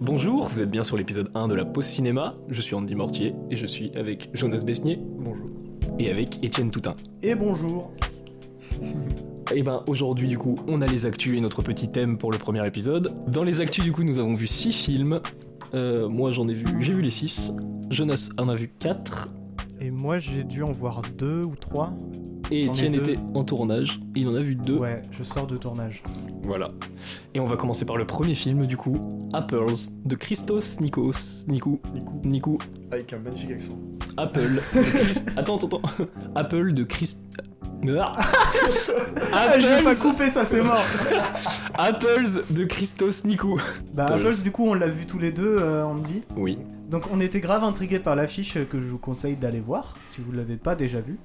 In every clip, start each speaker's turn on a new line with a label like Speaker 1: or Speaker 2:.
Speaker 1: Bonjour, vous êtes bien sur l'épisode 1 de la pause cinéma. Je suis Andy Mortier et je suis avec Jonas Besnier
Speaker 2: Bonjour.
Speaker 1: et avec Étienne Toutin.
Speaker 2: Et bonjour.
Speaker 1: Et ben aujourd'hui du coup, on a les actus et notre petit thème pour le premier épisode. Dans les actus du coup, nous avons vu 6 films. Euh, moi j'en ai vu, j'ai vu les 6. Jonas en a vu 4
Speaker 2: Et moi j'ai dû en voir deux ou trois.
Speaker 1: et
Speaker 2: J'en ai
Speaker 1: Étienne
Speaker 2: deux.
Speaker 1: était en tournage, il en a vu 2.
Speaker 2: Ouais, je sors de tournage.
Speaker 1: Voilà. Et on va commencer par le premier film du coup, Apples de Christos Nikos Nikou Nikou
Speaker 3: Avec un magnifique accent.
Speaker 1: Apple. de Chris- Attends, attends, attends. Apple de Chris. Ah
Speaker 2: Ah, je vais pas
Speaker 1: Apples,
Speaker 2: couper, ça c'est mort.
Speaker 1: Apples de Christos Nikou.
Speaker 2: bah,
Speaker 1: Paul.
Speaker 2: Apples, du coup, on l'a vu tous les deux, euh, Andy.
Speaker 1: Oui.
Speaker 2: Donc, on était grave intrigués par l'affiche euh, que je vous conseille d'aller voir si vous l'avez pas déjà vue.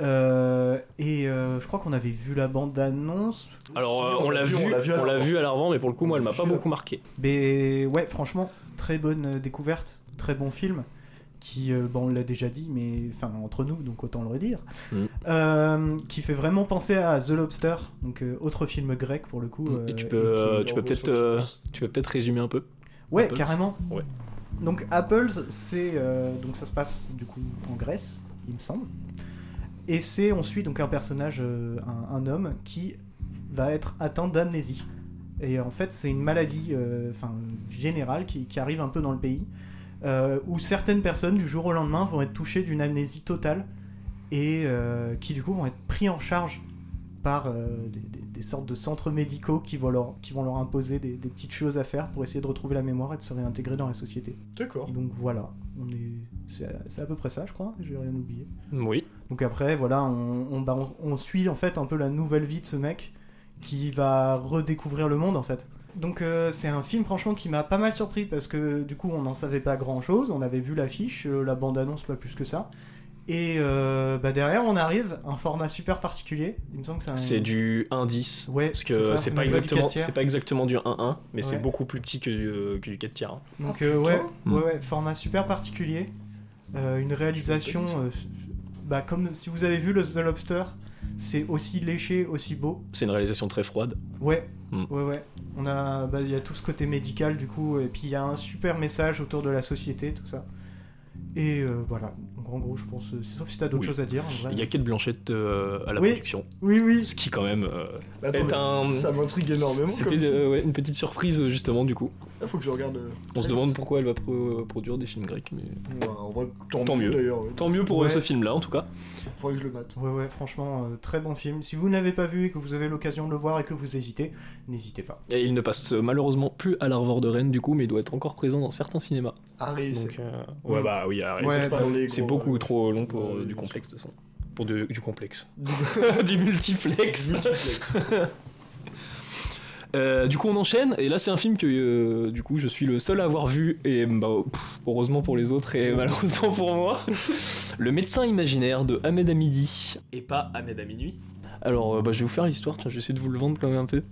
Speaker 2: Euh, et euh, je crois qu'on avait vu la bande-annonce.
Speaker 1: Alors euh, on l'a vu,
Speaker 3: on l'a vu à
Speaker 1: on l'a
Speaker 3: l'avant.
Speaker 1: vu à l'avant, mais pour le coup, moi, elle m'a pas
Speaker 3: Je-
Speaker 1: beaucoup marqué.
Speaker 2: Mais ouais, franchement, très bonne euh, découverte, très bon film. Qui, euh, bon, on l'a déjà dit, mais enfin entre nous, donc autant le redire.
Speaker 1: Mm.
Speaker 2: Euh, qui fait vraiment penser à The Lobster, donc euh, autre film grec pour le coup. euh,
Speaker 1: et tu
Speaker 2: et qui-
Speaker 1: peux, euh,
Speaker 3: est
Speaker 1: tu peux
Speaker 3: en
Speaker 1: peut-être,
Speaker 3: gros sur
Speaker 1: euh,
Speaker 3: le sens.
Speaker 1: tu peux peut-être résumer un peu.
Speaker 2: Ouais,
Speaker 1: Apples.
Speaker 2: carrément.
Speaker 1: Ouais.
Speaker 2: Donc Apples, c'est euh, donc ça se passe du coup en Grèce, il me semble. Et c'est on suit donc un personnage, euh, un, un homme qui va être atteint d'amnésie. Et en fait, c'est une maladie, euh, enfin générale, qui, qui arrive un peu dans le pays, euh, où certaines personnes du jour au lendemain vont être touchées d'une amnésie totale et euh, qui du coup vont être pris en charge par euh, des, des- des sortes de centres médicaux qui vont leur, qui vont leur imposer des, des petites choses à faire pour essayer de retrouver la mémoire et de se réintégrer dans la société.
Speaker 3: D'accord.
Speaker 2: Donc voilà, on est, c'est à- c'est à peu près ça, je crois, j'ai rien oublié.
Speaker 1: Oui.
Speaker 2: Donc après, voilà, on, on- bah, on- on suit en fait un peu la nouvelle vie de ce mec qui va redécouvrir le monde en fait. Donc euh, c'est un film franchement qui m'a pas mal surpris parce que du coup on n'en savait pas grand chose, on avait vu l'affiche, euh, la bande-annonce pas plus que ça. Et euh, bah, derrière on arrive, un format super particulier, il me semble que c'est un...
Speaker 1: C'est du 1-10.
Speaker 2: Ouais,
Speaker 1: Parce
Speaker 2: c'est
Speaker 1: que
Speaker 2: ça,
Speaker 1: c'est
Speaker 2: c'est
Speaker 1: pas
Speaker 2: même pas du
Speaker 1: exactement,
Speaker 2: 4 tiers.
Speaker 1: c'est pas exactement du 1-1, mais c'est
Speaker 2: Ouais.
Speaker 1: beaucoup plus petit que du, que du 4 tiers. hein.
Speaker 2: Donc
Speaker 3: Ah,
Speaker 2: euh, ouais,
Speaker 1: putain.
Speaker 2: ouais, ouais, format super particulier, Euh, une réalisation,
Speaker 3: Je l'ai pas
Speaker 2: euh, bah, comme si vous avez vu le The Lobster, c'est aussi léché, aussi beau.
Speaker 1: C'est une réalisation très froide.
Speaker 2: Ouais,
Speaker 1: Mm.
Speaker 2: ouais, ouais. On a, bah, il y a tout ce côté médical du coup, et puis il y a un super message autour de la société, tout ça. Et euh, voilà. Donc en gros, je pense, euh, sauf si t'as d'autres
Speaker 1: Oui.
Speaker 2: choses à dire. En vrai.
Speaker 1: Il y a Kate Blanchette euh, à la
Speaker 2: Oui.
Speaker 1: production,
Speaker 2: Oui, oui.
Speaker 1: ce qui quand même, euh,
Speaker 3: Mais attends,
Speaker 1: Et
Speaker 3: mais
Speaker 1: t'as un-
Speaker 3: Ah, Ça m'intrigue énormément.
Speaker 1: c'était
Speaker 3: comme film.
Speaker 1: euh, ouais, une petite surprise justement du coup.
Speaker 3: Ah, faut que je regarde. euh,
Speaker 1: On se demande pourquoi elle va pro- produire des films grecs, mais
Speaker 3: ouais, en vrai, tant,
Speaker 1: Tant mieux.
Speaker 3: mieux. D'ailleurs, ouais.
Speaker 1: tant mieux pour euh,
Speaker 2: Ouais.
Speaker 1: ce film-là en tout cas.
Speaker 3: faudrait que je le mate.
Speaker 2: Ouais, ouais. Franchement, euh, très bon film. Si vous ne l'avez pas vu et que vous avez l'occasion de le voir et que vous hésitez, n'hésitez pas.
Speaker 1: Et il ne passe euh, malheureusement plus à l'Arvor de Rennes du coup, mais il doit être encore présent dans certains cinémas.
Speaker 3: Harry,
Speaker 1: Donc,
Speaker 3: c'est
Speaker 1: euh, ouais,
Speaker 2: Ouais.
Speaker 1: bah oui, arrête.
Speaker 2: Ouais,
Speaker 3: c'est pas
Speaker 2: bah,
Speaker 3: les
Speaker 1: c'est
Speaker 3: gros,
Speaker 1: beaucoup
Speaker 3: euh,
Speaker 1: trop long pour euh,
Speaker 3: ouais,
Speaker 1: du
Speaker 3: bien
Speaker 1: complexe de son. Pour de- du complexe. du multiplex.
Speaker 3: multiplex.
Speaker 1: Euh, du coup, on enchaîne, et là, c'est un film que euh, du coup, je suis le seul à avoir vu, et bah, pff, heureusement pour les autres et malheureusement pour moi. le médecin imaginaire de Ahmed Hamidi. Et pas Ahmed à minuit. Alors, euh, bah, je vais vous faire l'histoire, tiens, je vais essayer de vous le vendre quand même un peu.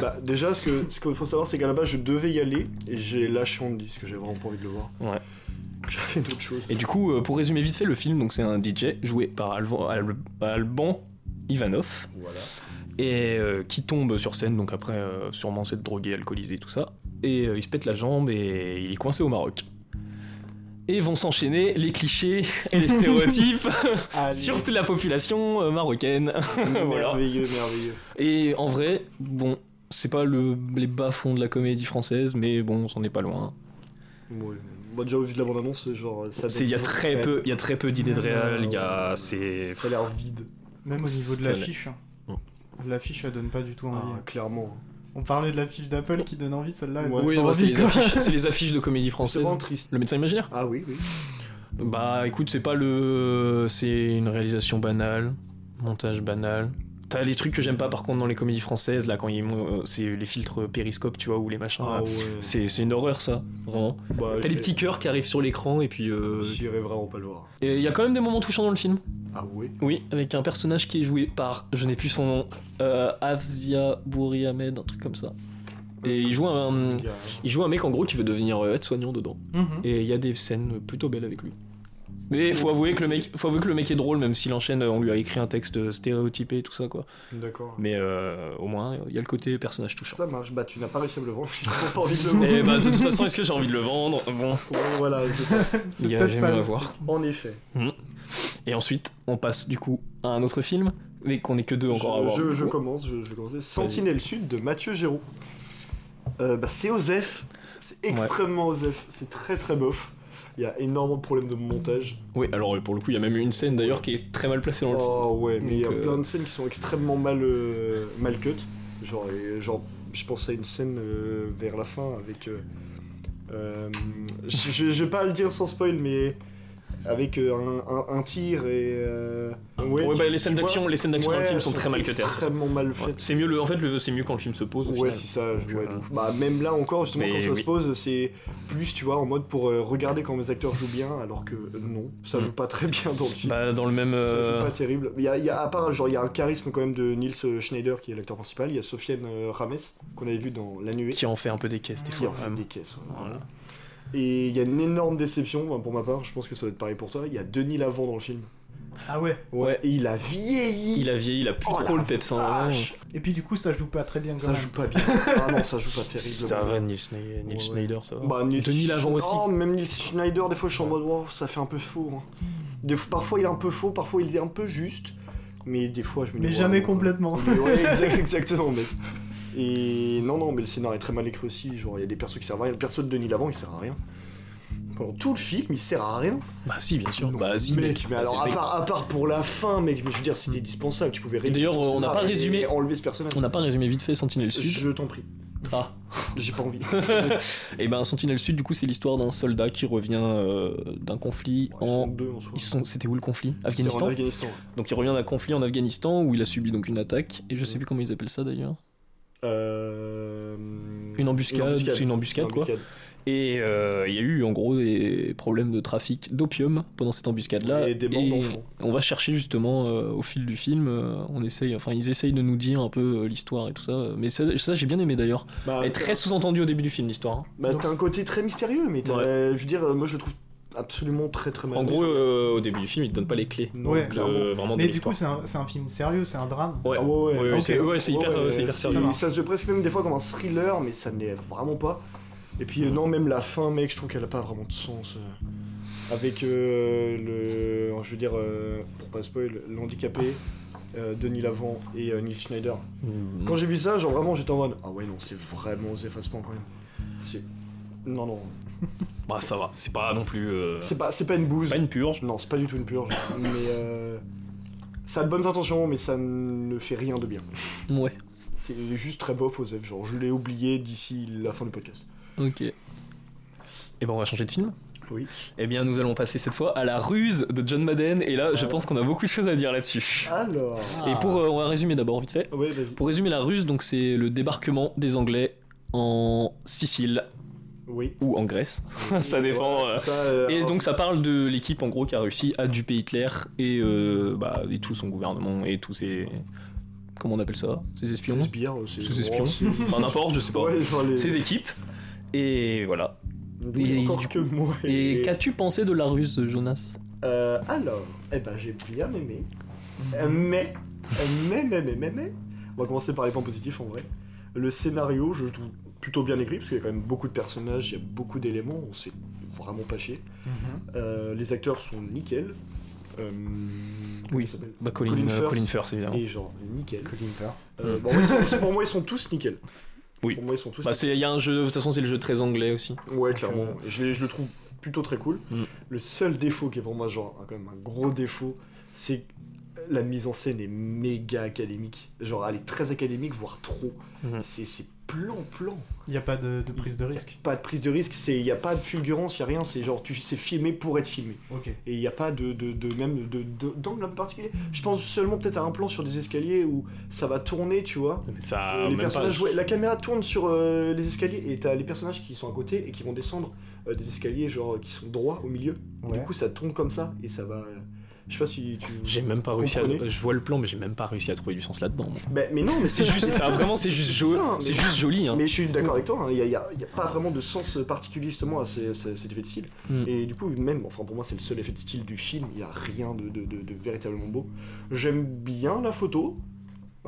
Speaker 3: Bah, déjà, ce que ce qu'il faut savoir, c'est qu'à la base, je devais y aller et j'ai lâché Andy parce que j'ai vraiment pas envie de le voir.
Speaker 1: Ouais.
Speaker 3: J'avais d'autres choses.
Speaker 1: Et du coup, euh, pour résumer vite fait le film, donc c'est un DJ joué par Alvan- Al- Alban Ivanov.
Speaker 3: Voilà.
Speaker 1: et euh, qui tombe sur scène, donc après euh, sûrement c'est de droguer, alcoolisé, tout ça, et euh, il se pète la jambe et il est coincé au Maroc. Et vont s'enchaîner les clichés et les stéréotypes sur toute la population euh, marocaine. Voilà.
Speaker 3: Merveilleux, merveilleux.
Speaker 1: Et en vrai, bon, c'est pas le, les bas-fonds de la comédie française, mais bon, on s'en est pas loin.
Speaker 3: Ouais. Moi, déjà, au vu de la bande-annonce, genre, ça
Speaker 1: C'est- Il y a très peu, il y a très peu d'idées de réel, il y a, c'est,
Speaker 3: Ça a l'air vide.
Speaker 2: Même au niveau de
Speaker 1: Ça l'est.
Speaker 2: l'affiche. hein.
Speaker 1: Mm.
Speaker 2: L'affiche, elle donne pas du tout envie.
Speaker 3: Oh. Ah, clairement.
Speaker 2: On parlait de l'affiche d'Apple qui donne envie, celle-là. elle
Speaker 3: Ouais.
Speaker 2: donne
Speaker 1: oui,
Speaker 2: pas
Speaker 1: bah, c'est
Speaker 2: envie,
Speaker 1: les
Speaker 2: quoi.
Speaker 1: affiches, c'est les affiches de comédie
Speaker 3: C'est
Speaker 1: française.
Speaker 3: vraiment triste.
Speaker 1: Le médecin imaginaire.
Speaker 3: Ah oui, oui.
Speaker 1: Bah écoute, c'est pas le. C'est une réalisation banale, montage banal. T'as les trucs que j'aime pas par contre dans les comédies françaises, là, quand ils. m'ont- euh, C'est les filtres périscope, tu vois, ou les machins. là.
Speaker 3: Ah, ouais.
Speaker 1: Ah C'est c'est une horreur ça, vraiment.
Speaker 3: Bah,
Speaker 1: T'as les
Speaker 3: j'irai-
Speaker 1: petits cœurs qui arrivent sur l'écran et puis. euh,
Speaker 3: J'irai vraiment pas le voir.
Speaker 1: Et il y a quand même des moments touchants dans le film.
Speaker 3: Ah ouais
Speaker 1: Oui, avec un personnage qui est joué par, je n'ai plus son nom, euh, Afzia Bouri Ahmed, un truc comme ça. Et il joue un, il joue un mec en gros qui veut devenir euh, aide-soignant dedans.
Speaker 2: Mhm.
Speaker 1: Et il y a des scènes plutôt belles avec lui. Mais faut avouer que le mec, faut avouer que le mec est drôle, même s'il enchaîne, euh, on lui a écrit un texte stéréotypé et tout ça, quoi.
Speaker 3: D'accord.
Speaker 1: Mais euh, au moins, il y a le côté personnage touchant.
Speaker 3: Ça marche, bah tu n'as pas réussi à me le vendre, j'ai trop pas envie de le vendre.
Speaker 1: Et bah, de toute façon, est-ce que j'ai envie de le vendre Bon,
Speaker 3: Ouais, voilà, je pense.
Speaker 2: C'est
Speaker 1: il y a-
Speaker 2: peut-être ça,
Speaker 1: j'aimerais
Speaker 2: le-
Speaker 1: voir.
Speaker 3: En effet.
Speaker 1: Et ensuite, on passe du coup à un autre film, mais qu'on est que deux encore à voir.
Speaker 3: je, je-
Speaker 1: du
Speaker 3: je
Speaker 1: coup.
Speaker 3: commence, je, je commence. Sentinelle Sud de Mathieu Géraud. Euh, bah, c'est Osef, c'est extrêmement Osef, c'est très très bof. Il y a énormément de problèmes de montage.
Speaker 1: Oui, alors euh, pour le coup, il y a même une scène d'ailleurs qui est très mal placée dans le film.
Speaker 3: Oh ouais, mais il y a
Speaker 1: Donc, euh,
Speaker 3: plein de scènes qui sont extrêmement mal, euh, mal cut. Genre, et- genre, je pense à une scène euh, vers la fin avec. euh, euh, je, je- je vais pas le dire sans spoil, mais avec euh, un, un- un tir et. euh,
Speaker 1: Ouais,
Speaker 3: tu-
Speaker 1: bah, les scènes
Speaker 3: tu vois
Speaker 1: d'action, les scènes d'action dans
Speaker 3: Ouais,
Speaker 1: le film
Speaker 3: elles
Speaker 1: sont très mal cutées.
Speaker 3: Extrêmement mal
Speaker 1: Ouais.
Speaker 3: faites.
Speaker 1: C'est mieux le, en fait, le, c'est mieux quand le film se pose. Au
Speaker 3: Ouais,
Speaker 1: final.
Speaker 3: c'est ça. je-
Speaker 1: Donc,
Speaker 3: ouais,
Speaker 1: euh,
Speaker 3: de ouf. Bah, même là encore, justement,
Speaker 1: Mais
Speaker 3: quand ça
Speaker 1: oui.
Speaker 3: se pose, c'est plus, tu vois, en mode pour euh, regarder quand les acteurs jouent bien, alors que euh, non, ça
Speaker 1: Mm.
Speaker 3: joue pas très bien dans le film.
Speaker 1: Bah, dans le même.
Speaker 3: Ça
Speaker 1: euh,
Speaker 3: joue pas terrible. Il y a, il y a- à part, genre, il y a un charisme quand même de Nils euh, Schneider qui est l'acteur principal. Il y a Sofiane euh, Rames qu'on avait vu dans La Nuée.
Speaker 1: Qui en fait un peu des caisses, des
Speaker 3: qui
Speaker 1: fois,
Speaker 3: en fait
Speaker 1: vraiment.
Speaker 3: des caisses. ouais.
Speaker 1: Voilà.
Speaker 3: Et il y a une énorme déception, enfin, pour ma part, je pense que ça va être pareil pour toi. Il y a Denis Lavant dans le film.
Speaker 2: Ah ouais.
Speaker 1: Ouais.
Speaker 3: Et il a vieilli.
Speaker 1: Il a vieilli, il a plus
Speaker 3: Oh
Speaker 1: trop
Speaker 3: la
Speaker 1: le peps. hein,
Speaker 3: vache.
Speaker 2: Et puis du coup, ça joue pas très bien. Quand
Speaker 3: Ça
Speaker 2: même.
Speaker 3: joue pas bien. Ah non, ça joue pas terrible.
Speaker 1: Ça va, Neil, Schne- Neil
Speaker 3: Ouais.
Speaker 1: Schneider, ça va.
Speaker 3: Bah, Nils
Speaker 1: Denis Lavant
Speaker 3: Schne-
Speaker 1: aussi.
Speaker 3: Oh, même Nils Schneider, des fois, je suis en mode, wow, ça fait un peu faux. hein. Des fois- parfois, il est un peu faux, parfois, il est un peu juste. Mais des fois, je me dis.
Speaker 2: Mais
Speaker 3: ouais,
Speaker 2: jamais
Speaker 3: non,
Speaker 2: complètement.
Speaker 3: mais ouais, exact- exactement, mec. Et non, non, mais le scénario est très mal écrit aussi. Genre, il y a des persos qui servent à rien. Le perso de Denis Lavant, il sert à rien. Pendant tout le film, il sert à rien.
Speaker 1: Bah, si, bien sûr.
Speaker 3: Non,
Speaker 1: Bah, si,
Speaker 3: mec,
Speaker 1: mec.
Speaker 3: mais
Speaker 1: Bah, c'est
Speaker 3: alors, à
Speaker 1: le mec. Hmm.
Speaker 3: part, à part pour la fin, mec, mais je veux dire, c'était dispensable. Tu pouvais réduire
Speaker 1: d'ailleurs,
Speaker 3: ton
Speaker 1: on n'a
Speaker 3: scénario
Speaker 1: pas
Speaker 3: et
Speaker 1: résumé-
Speaker 3: Enlever ce personnage.
Speaker 1: On n'a pas résumé vite fait Sentinelle Sud.
Speaker 3: Je t'en prie.
Speaker 1: Ah.
Speaker 3: J'ai pas envie.
Speaker 1: Et ben Sentinelle Sud, du coup, c'est l'histoire d'un soldat qui revient euh, d'un conflit
Speaker 3: Ils
Speaker 1: en.
Speaker 3: sont deux en soi.
Speaker 1: Ils sont... C'était où le conflit
Speaker 3: C'était en
Speaker 1: Afghanistan
Speaker 3: Afghanistan.
Speaker 1: Donc il revient d'un conflit en Afghanistan où il a subi donc une attaque, et je sais
Speaker 3: Mhm.
Speaker 1: plus comment ils appellent ça d'ailleurs.
Speaker 3: Euh,
Speaker 1: Une embuscade, c'est une embuscade, quoi. Et euh, il y a eu en gros des problèmes de trafic d'opium pendant cette embuscade-là.
Speaker 3: Et des morts d'enfants.
Speaker 1: on va chercher justement euh, au fil du film, euh, on essaye, enfin ils essayent de nous dire un peu euh, l'histoire et tout ça. Mais ça, ça, j'ai bien aimé d'ailleurs.
Speaker 3: Bah,
Speaker 1: Elle est très sous-entendue au début du film l'histoire. hein.
Speaker 3: bah, t'as un côté très mystérieux, mais t'as-
Speaker 1: Ouais.
Speaker 3: euh, je veux dire, euh, moi je le trouve absolument très très mal.
Speaker 1: En
Speaker 3: fait. euh,
Speaker 1: gros, euh, au début du film, ils te donnent pas les clés.
Speaker 3: Non,
Speaker 2: Ouais.
Speaker 1: de-
Speaker 3: clairement.
Speaker 1: vraiment
Speaker 2: Mais
Speaker 1: de
Speaker 2: du coup,
Speaker 1: l'histoire.
Speaker 2: c'est un, c'est un film sérieux, c'est un drame.
Speaker 1: Ouais.
Speaker 3: Ah ouais, ouais.
Speaker 1: Ouais, ouais,
Speaker 2: ok.
Speaker 1: c'est ouais, c'est hyper,
Speaker 3: Ouais,
Speaker 1: euh,
Speaker 3: ouais,
Speaker 1: c'est hyper
Speaker 3: c'est-
Speaker 1: sérieux.
Speaker 2: marche.
Speaker 3: Ça se presque même des fois comme un thriller, mais ça ne l'est vraiment pas. Et puis euh, non, même la fin, mec, je trouve qu'elle a pas vraiment de sens. euh. Avec euh, le, je veux dire, euh, pour pas spoil, l'handicapé, euh, Denis Lavant et euh, Nils Schneider.
Speaker 1: Mhm.
Speaker 3: Quand j'ai vu ça, genre vraiment j'étais en mode Ah ouais, non, c'est vraiment aux effacements quand même. C'est. Non, non.
Speaker 1: Bah ça va, c'est pas non plus. euh,
Speaker 3: C'est pas, c'est pas une bouse.
Speaker 1: C'est pas une purge.
Speaker 3: Non, c'est pas du tout une purge. mais. euh, Ça a de bonnes intentions, mais ça ne fait rien de bien.
Speaker 1: Ouais.
Speaker 3: C'est juste très bof, Osef. Genre, je l'ai oublié d'ici la fin du podcast.
Speaker 1: Ok. Et ben on va changer de film.
Speaker 3: Oui.
Speaker 1: Eh bien nous allons passer cette fois à la ruse de John Madden et là je pense qu'on a beaucoup de choses à dire là-dessus.
Speaker 3: Alors.
Speaker 1: Et pour euh, on va résumer d'abord vite fait.
Speaker 3: Ouais, vas-y.
Speaker 1: Pour résumer la ruse donc c'est le débarquement des Anglais en Sicile
Speaker 3: Oui.
Speaker 1: ou en Grèce. ça dépend.
Speaker 3: Ouais,
Speaker 1: euh.
Speaker 3: c'est ça, euh,
Speaker 1: Et donc ça parle de l'équipe en gros qui a réussi à duper Hitler et euh, bah et tout son gouvernement et tous ses comment on appelle ça ses
Speaker 3: c'est
Speaker 1: espions.
Speaker 3: sbire, c'est.
Speaker 1: Ces espions.
Speaker 3: oh, c'est-
Speaker 1: Enfin n'importe je sais pas.
Speaker 3: Ouais, genre les.
Speaker 1: Ses équipes. Et voilà.
Speaker 3: Donc,
Speaker 1: Et
Speaker 3: encore
Speaker 1: du
Speaker 3: que moi.
Speaker 1: Et
Speaker 3: et-
Speaker 1: qu'as-tu pensé de la ruse Jonas
Speaker 3: Euh, alors, eh ben j'ai bien aimé.
Speaker 2: Ah.
Speaker 3: Euh, Mais, euh, mais, mais, mais, mais, mais, on va commencer par les points positifs en vrai. Le scénario, je le trouve plutôt bien écrit parce qu'il y a quand même beaucoup de personnages, il y a beaucoup d'éléments, on s'est vraiment pas chier.
Speaker 2: Mhm.
Speaker 3: Euh, les acteurs sont nickel. Euh, comment il s'appelle
Speaker 1: Bah Colin,
Speaker 3: Colin
Speaker 1: euh,
Speaker 3: Firth.
Speaker 1: Colin Firth évidemment.
Speaker 3: Et genre, nickel.
Speaker 2: Colin Firth.
Speaker 3: Euh, bon, ils sont- pour moi, ils sont tous nickel.
Speaker 1: Oui.
Speaker 3: Pour moi, ils sont tous
Speaker 1: Bah c'est il y a un jeu de toute façon c'est le jeu très anglais aussi.
Speaker 3: Ouais, clairement. Je, l'ai- je le trouve plutôt très cool.
Speaker 1: Mm.
Speaker 3: Le seul défaut qui est pour moi, genre, hein, quand même un gros défaut, c'est que la mise en scène est méga académique. Genre, elle est très académique, voire trop.
Speaker 1: Mhm.
Speaker 3: C'est C'est plan-plan.
Speaker 2: Il n'y a pas de, de prise de risque.
Speaker 3: Pas de prise de risque, il n'y a pas de fulgurance, il n'y a rien. C'est genre, tu c'est filmé pour être filmé.
Speaker 2: Ok.
Speaker 3: Et il n'y a pas de, de, de- même de- de- d'angle un peu particulier. Je pense seulement peut-être à un plan sur des escaliers où ça va tourner, tu vois.
Speaker 1: Mais ça
Speaker 3: les
Speaker 1: Ah, même pas.
Speaker 3: personnages, ouais, la caméra tourne sur euh, les escaliers et t'as les personnages qui sont à côté et qui vont descendre euh, des escaliers genre qui sont droits au milieu. Et
Speaker 2: Ouais.
Speaker 3: Du coup, ça tourne comme ça et ça va, euh, Je sais pas si tu.
Speaker 1: J'ai même pas réussi à.
Speaker 3: Comprenez.
Speaker 1: Je vois le plan, mais j'ai même pas réussi à trouver du sens là-dedans. moi.
Speaker 3: Mais, mais non, mais
Speaker 1: C'est juste, ça, vraiment, c'est juste, jo-
Speaker 3: Non, mais-
Speaker 1: c'est juste joli. Hein.
Speaker 3: Mais je suis d'accord avec toi, il n'y a, y a pas vraiment de sens particulier justement à ces- ces- cet effet de style.
Speaker 1: Mm.
Speaker 3: Et du coup, même, enfin pour moi, c'est le seul effet de style du film, il n'y a rien de, de- de- de véritablement beau. J'aime bien la photo,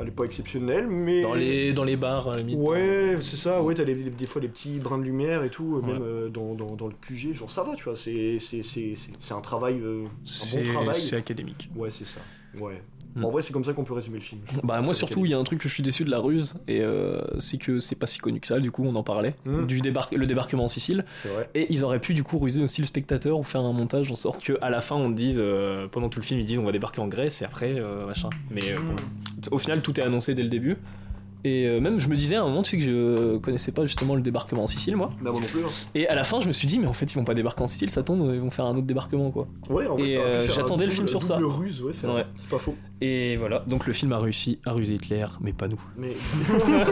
Speaker 3: elle n'est pas exceptionnelle, mais.
Speaker 1: Dans les, dans les bars, à la limite.
Speaker 3: Ouais, c'est ça, ouais, t'as les- des fois les petits brins de lumière et tout, euh,
Speaker 1: Ouais.
Speaker 3: même euh, dans, dans- dans le QG, genre ça va, tu vois, c'est c'est- c'est- c'est- c'est un travail. euh,
Speaker 1: C'est
Speaker 3: travail.
Speaker 1: c'est académique.
Speaker 3: Ouais, c'est ça. Ouais.
Speaker 1: Mm.
Speaker 3: En vrai, c'est comme ça qu'on peut résumer le film.
Speaker 1: Bah moi surtout, il y a un truc que je suis déçu de la ruse, et euh, c'est que c'est pas si connu que ça, du coup on en parlait,
Speaker 3: Mm.
Speaker 1: du débar- le débarquement en Sicile,
Speaker 3: C'est vrai.
Speaker 1: et ils auraient pu du coup ruser aussi le spectateur ou faire un montage en sorte que à la fin on dise, euh, pendant tout le film ils disent on va débarquer en Grèce et après euh, machin. Mais euh,
Speaker 3: Mmh.
Speaker 1: bon, au final tout est annoncé dès le début, et euh, même je me disais à un moment tu sais que je connaissais pas justement le débarquement en Sicile moi,
Speaker 3: Bah, moi non plus. hein.
Speaker 1: et à la fin je me suis dit mais en fait ils vont pas débarquer en Sicile, ça tombe, ils vont faire un autre débarquement quoi.
Speaker 3: Ouais, en vrai,
Speaker 1: Et,
Speaker 3: ça aurait pu
Speaker 1: euh,
Speaker 3: faire un
Speaker 1: j'attendais le film
Speaker 3: double-
Speaker 1: sur ça.
Speaker 3: double ruse, ouais, c'est vrai.
Speaker 1: Ouais.
Speaker 3: C'est pas faux.
Speaker 1: Et voilà, donc le film a réussi à ruser Hitler, mais pas nous.
Speaker 3: Mais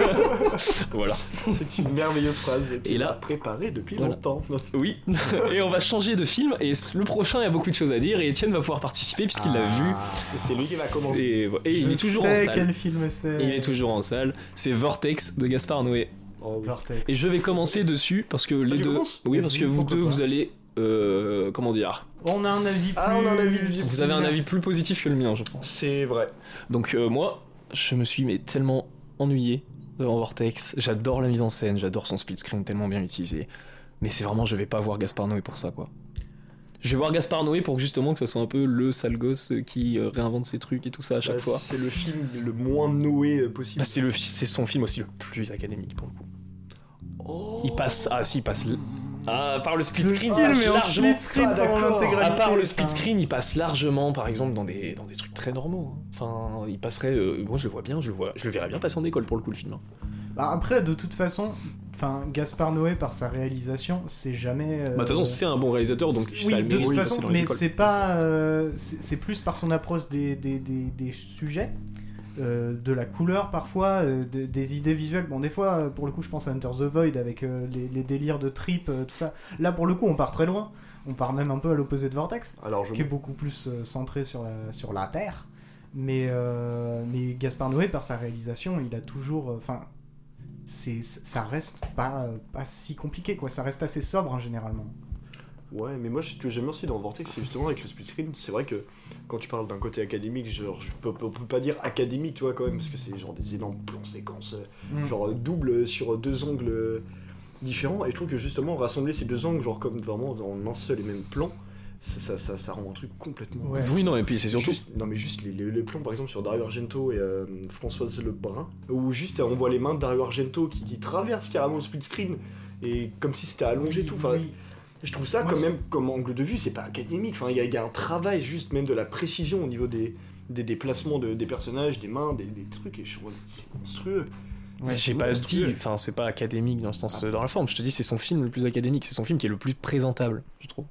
Speaker 1: Voilà.
Speaker 3: c'est une merveilleuse phrase
Speaker 1: Et
Speaker 3: qu'il
Speaker 1: là-
Speaker 3: a préparée depuis
Speaker 1: Voilà.
Speaker 3: longtemps.
Speaker 1: Oui, et on va changer de film, et le prochain, il y a beaucoup de choses à dire, et Étienne va pouvoir participer puisqu'il l'a
Speaker 3: Ah.
Speaker 1: vu.
Speaker 3: Et C'est lui qui va commencer.
Speaker 1: Et, et il
Speaker 2: Je
Speaker 1: est toujours en
Speaker 2: sais
Speaker 1: salle.
Speaker 2: quel film c'est.
Speaker 1: Et Il est toujours en salle. C'est Vortex de Gaspard Noé.
Speaker 3: Oh, oui.
Speaker 2: Vortex.
Speaker 1: Et je vais commencer dessus parce que les
Speaker 3: Ah, tu
Speaker 1: deux.
Speaker 3: commences
Speaker 1: Oui, parce
Speaker 2: Vas-y,
Speaker 1: que vous
Speaker 2: pourquoi
Speaker 1: deux,
Speaker 2: pas.
Speaker 1: vous allez. euh, comment dire
Speaker 2: On a un avis plus...
Speaker 3: Ah, on a un avis plus-
Speaker 1: Vous avez un avis plus positif que le mien, je pense.
Speaker 3: C'est vrai.
Speaker 1: Donc euh, moi, je me suis mais tellement ennuyé devant Vortex. J'adore la mise en scène, j'adore son split screen tellement bien utilisé. Mais c'est vraiment, je vais pas voir Gaspard Noé pour ça, quoi. Je vais voir Gaspard Noé pour justement que ça soit un peu le sale gosse euh, qui euh, réinvente ses trucs et tout ça à chaque
Speaker 3: Bah,
Speaker 1: fois.
Speaker 3: C'est le film le moins Noé euh, possible.
Speaker 1: Bah, c'est le, fi- c'est son film aussi le plus académique pour le coup.
Speaker 3: Oh.
Speaker 1: Il passe, ah si, il passe. l- Ah, par le split
Speaker 2: Le
Speaker 1: screen,
Speaker 2: film
Speaker 1: il passe
Speaker 2: est en
Speaker 1: largement.
Speaker 2: split screen
Speaker 3: Ah,
Speaker 2: pendant
Speaker 3: d'accord.
Speaker 2: l'intégralité.
Speaker 1: À part le split
Speaker 2: enfin.
Speaker 1: screen, il passe largement, par exemple, dans des, dans des trucs très normaux. hein. Enfin, il passerait. euh, moi, je le vois bien, je le vois, je le verrais bien passer en école pour le coup le film. hein.
Speaker 2: Bah, après, de toute façon, enfin, Gaspard Noé, par sa réalisation, c'est jamais... euh,
Speaker 1: Bah, de toute façon, c'est un bon réalisateur, donc
Speaker 2: oui,
Speaker 1: ça a le
Speaker 2: de
Speaker 1: mérite
Speaker 2: toute
Speaker 1: passer
Speaker 2: façon,
Speaker 1: dans les
Speaker 2: mais
Speaker 1: écoles.
Speaker 2: c'est pas, euh, c'est c'est plus par son approche des, des, des, des sujets, euh, de la couleur parfois, euh, de- des idées visuelles. Bon, des fois, euh, pour le coup, je pense à Enter the Void avec euh, les, les délires de trip, euh, tout ça. Là, pour le coup, on part très loin. On part même un peu à l'opposé de Vortex,
Speaker 3: Alors je.
Speaker 2: qui est beaucoup plus euh, centré sur la, sur la terre. Mais, euh, mais Gaspard Noé, par sa réalisation, il a toujours, euh, enfin. c'est ça reste pas, euh, pas si compliqué quoi, ça reste assez sobre hein, généralement.
Speaker 3: Ouais, mais moi, ce que j'aime bien aussi dans Vortex, c'est justement avec le split screen. C'est vrai que quand tu parles d'un côté académique, genre, je peux, on peut pas dire académique, tu vois, quand même, parce que c'est genre des énormes plans séquences. euh,
Speaker 2: Mm.
Speaker 3: genre euh, double euh, sur euh, deux angles euh, différents et je trouve que justement rassembler ces deux angles genre comme vraiment dans un seul et même plan ça, ça, ça, ça rend un truc complètement
Speaker 2: Ouais.
Speaker 1: Oui, non, et puis c'est surtout.
Speaker 3: Juste- non mais juste les, les- les plans par exemple sur Dario Argento et euh, Françoise Lebrun où juste euh, on voit les mains de Dario Argento qui, qui traversent carrément le split screen et comme si c'était allongé tout enfin,
Speaker 2: Oui.
Speaker 3: je trouve ça
Speaker 2: Moi,
Speaker 3: quand
Speaker 2: c'est-
Speaker 3: même comme angle de vue c'est pas académique enfin il y, a- il y a un travail juste même de la précision au niveau des des déplacements de, des personnages des mains des, des trucs et je trouve c'est monstrueux
Speaker 2: Ouais,
Speaker 1: J'ai
Speaker 3: c'est
Speaker 1: pas dit,
Speaker 3: monstrueux.
Speaker 1: enfin c'est pas académique dans le sens,
Speaker 2: Ah.
Speaker 1: euh, dans la forme. Je te dis, c'est son film le plus académique, c'est son film qui est le plus présentable, je trouve.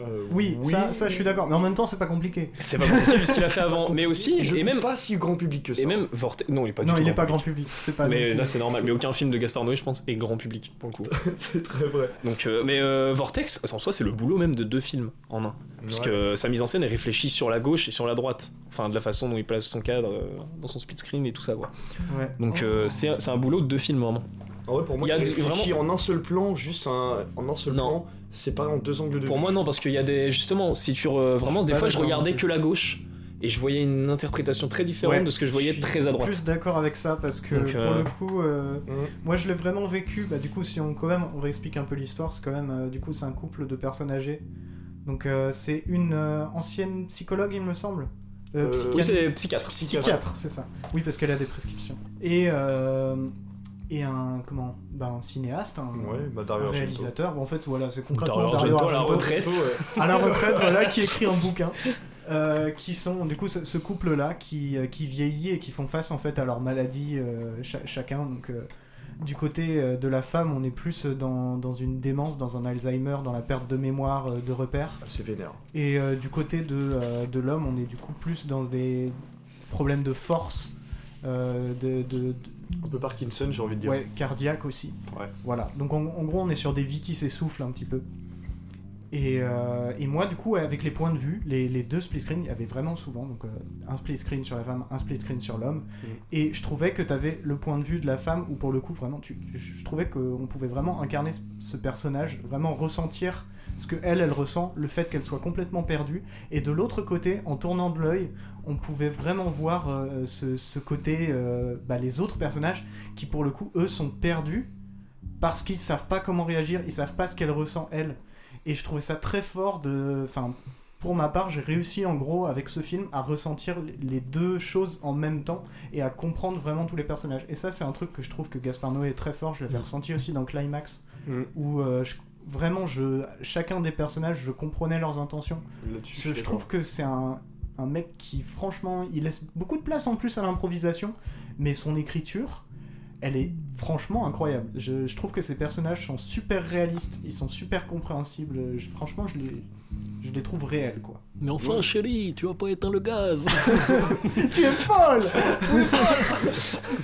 Speaker 3: Euh,
Speaker 2: Oui, ça, ça je suis d'accord, mais en même temps c'est pas compliqué.
Speaker 1: C'est pas compliqué ce qu'il a fait avant, mais aussi
Speaker 3: je
Speaker 1: et même
Speaker 3: pas si grand public que ça.
Speaker 1: et même Vortex. Non, il est pas du
Speaker 2: non,
Speaker 1: tout
Speaker 2: il est
Speaker 1: grand
Speaker 2: pas
Speaker 1: public.
Speaker 2: grand public, c'est pas.
Speaker 1: Mais là
Speaker 2: non plus.
Speaker 1: c'est normal, mais aucun film de Gaspard Noé je pense est grand public pour le coup.
Speaker 3: c'est très vrai.
Speaker 1: Donc, euh, mais euh, Vortex, en soi c'est le boulot même de deux films en un, puisque sa mise en scène est réfléchie sur la gauche et sur la droite, enfin de la façon dont il place son cadre euh, dans son split screen et tout ça quoi.
Speaker 2: Ouais.
Speaker 1: Donc
Speaker 3: Oh.
Speaker 1: euh, c'est c'est un boulot de deux films vraiment.
Speaker 3: En vrai, Ah pour moi,
Speaker 1: Il y a
Speaker 3: il
Speaker 1: du-
Speaker 3: réfléchit en un seul plan, juste un, en un seul
Speaker 1: Non.
Speaker 3: plan, séparé en deux angles de
Speaker 1: Pour
Speaker 3: vue.
Speaker 1: moi non parce qu'il y a des justement si tu re- vraiment des
Speaker 2: pas
Speaker 1: fois je
Speaker 2: d'accord
Speaker 1: regardais
Speaker 2: non
Speaker 1: que
Speaker 2: plus.
Speaker 1: la gauche et je voyais une interprétation très différente
Speaker 2: Ouais.
Speaker 1: de ce que je voyais
Speaker 2: suis
Speaker 1: très à droite.
Speaker 2: Plus d'accord avec ça parce que
Speaker 1: Donc,
Speaker 2: pour
Speaker 1: euh,
Speaker 2: le coup, euh,
Speaker 3: Mhm.
Speaker 2: moi je l'ai vraiment vécu. Bah du coup, si on quand même on réexplique un peu l'histoire, c'est quand même euh, du coup c'est un couple de personnes âgées. Donc euh, c'est une euh, ancienne psychologue, il me semble. Euh,
Speaker 3: Euh,
Speaker 2: psychiatre.
Speaker 1: Oui c'est psychiatre.
Speaker 2: psychiatre, c'est ça. Oui, parce qu'elle a des prescriptions. Et euh, et un comment Bah un cinéaste, un,
Speaker 3: Ouais, bah
Speaker 2: un
Speaker 3: Dario Argento.
Speaker 2: réalisateur. Bon, en fait, voilà, c'est
Speaker 1: Dario
Speaker 2: concrètement
Speaker 1: Argento,
Speaker 2: Dario
Speaker 1: la
Speaker 2: Argento.
Speaker 1: retraite.
Speaker 3: Argento, ouais.
Speaker 2: à la retraite, voilà, qui écrit un bouquin. euh, qui sont du coup ce, ce couple-là qui, euh, qui vieillit et qui font face en fait à leur maladie euh, cha- chacun. Donc, euh, du côté euh, de la femme, on est plus dans, dans une démence, dans un Alzheimer, dans la perte de mémoire, euh, de repères.
Speaker 3: Ah, c'est vénère.
Speaker 2: Et euh, du côté de, euh, de l'homme, on est du coup plus dans des problèmes de force, euh, de- de,
Speaker 3: Un peu Parkinson, j'ai envie de dire.
Speaker 2: Ouais, cardiaque aussi.
Speaker 3: Ouais.
Speaker 2: Voilà. Donc en, en gros, on est sur des vies qui s'essoufflent un petit peu. Et, euh, et moi, du coup, avec les points de vue, les, les deux split screens, il y avait vraiment souvent donc, euh, un split screen sur la femme, un split screen sur l'homme.
Speaker 3: Mhm.
Speaker 2: Et je trouvais que tu avais le point de vue de la femme, où pour le coup, vraiment, tu, je- je trouvais qu'on pouvait vraiment incarner ce- ce personnage, vraiment ressentir ce que elle, elle ressent, le fait qu'elle soit complètement perdue. Et de l'autre côté, en tournant de l'œil, on pouvait vraiment voir euh, ce, ce côté, euh, bah, les autres personnages qui, pour le coup, eux, sont perdus parce qu'ils savent pas comment réagir, ils savent pas ce qu'elle ressent, elle. Et je trouvais ça très fort de. Enfin, pour ma part, j'ai réussi en gros avec ce film à ressentir les deux choses en même temps et à comprendre vraiment tous les personnages. Et ça, c'est un truc que je trouve que Gaspard Noé est très fort. Je l'avais ressenti aussi dans Climax,
Speaker 3: Mm.
Speaker 2: où euh, je- vraiment, je, chacun des personnages, je comprenais leurs intentions.
Speaker 3: Là-dessus,
Speaker 2: Je, je
Speaker 3: suis
Speaker 2: trouve que c'est un, un mec qui, franchement, il laisse beaucoup de place en plus à l'improvisation, mais son écriture, elle est franchement incroyable. Je, je trouve que ces personnages sont super réalistes, ils sont super compréhensibles. Je- franchement, je les, je les trouve réels, quoi.
Speaker 1: Mais enfin,
Speaker 3: Ouais.
Speaker 1: chérie, tu vas pas éteindre le gaz
Speaker 2: tu es folle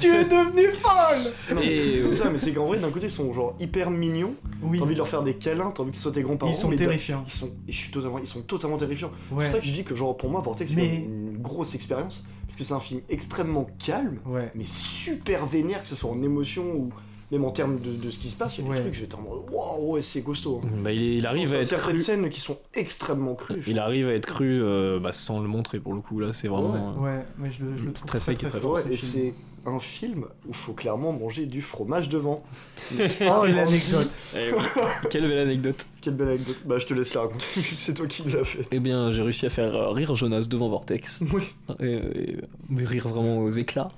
Speaker 2: Tu es devenue folle
Speaker 3: d'accord. Non, mais
Speaker 1: Et- euh,
Speaker 3: C'est ça, mais c'est qu'en vrai, d'un côté, ils sont genre hyper mignons.
Speaker 2: Oui,
Speaker 3: T'as envie de leur faire des câlins, t'as envie qu'ils soient tes grands-parents.
Speaker 2: ils sont
Speaker 3: mais d'un-
Speaker 2: terrifiants.
Speaker 3: Ils sont, et je suis totalement, ils sont totalement terrifiants. C'est
Speaker 2: Ouais,
Speaker 3: pour ça que je dis que genre pour moi Vortex c'est
Speaker 2: Mais-
Speaker 3: une grosse expérience parce que c'est un film extrêmement calme
Speaker 2: ouais.
Speaker 3: mais super vénère que ce soit en émotion ou même en termes de, de ce qui se passe. Il y a
Speaker 2: Ouais.
Speaker 3: des trucs j'étais en mode waouh ouais, c'est costaud. hein.
Speaker 1: Bah, il, est- il arrive à être
Speaker 3: certaines
Speaker 1: cru.
Speaker 3: scènes qui sont extrêmement crues. je
Speaker 1: Il arrive à être cru euh, bah, sans le montrer pour le coup là, c'est vraiment. euh,
Speaker 2: Ouais, mais je, le- je le trouve
Speaker 1: Stressé
Speaker 2: très,
Speaker 1: qui est
Speaker 2: très
Speaker 1: très
Speaker 3: trouve.
Speaker 2: fort, ce
Speaker 3: Ouais, et
Speaker 2: film.
Speaker 3: c'est un film où faut clairement manger du fromage devant.
Speaker 2: Oh,
Speaker 3: Ah,
Speaker 2: l'anecdote
Speaker 1: Eh ouais. Quelle belle anecdote.
Speaker 3: Quelle belle anecdote. Bah je te laisse la raconter vu que c'est toi qui me l'as fait.
Speaker 1: Eh bien, j'ai réussi à faire euh, rire Jonas devant Vortex.
Speaker 3: Oui.
Speaker 1: Et- et- mais rire vraiment aux éclats.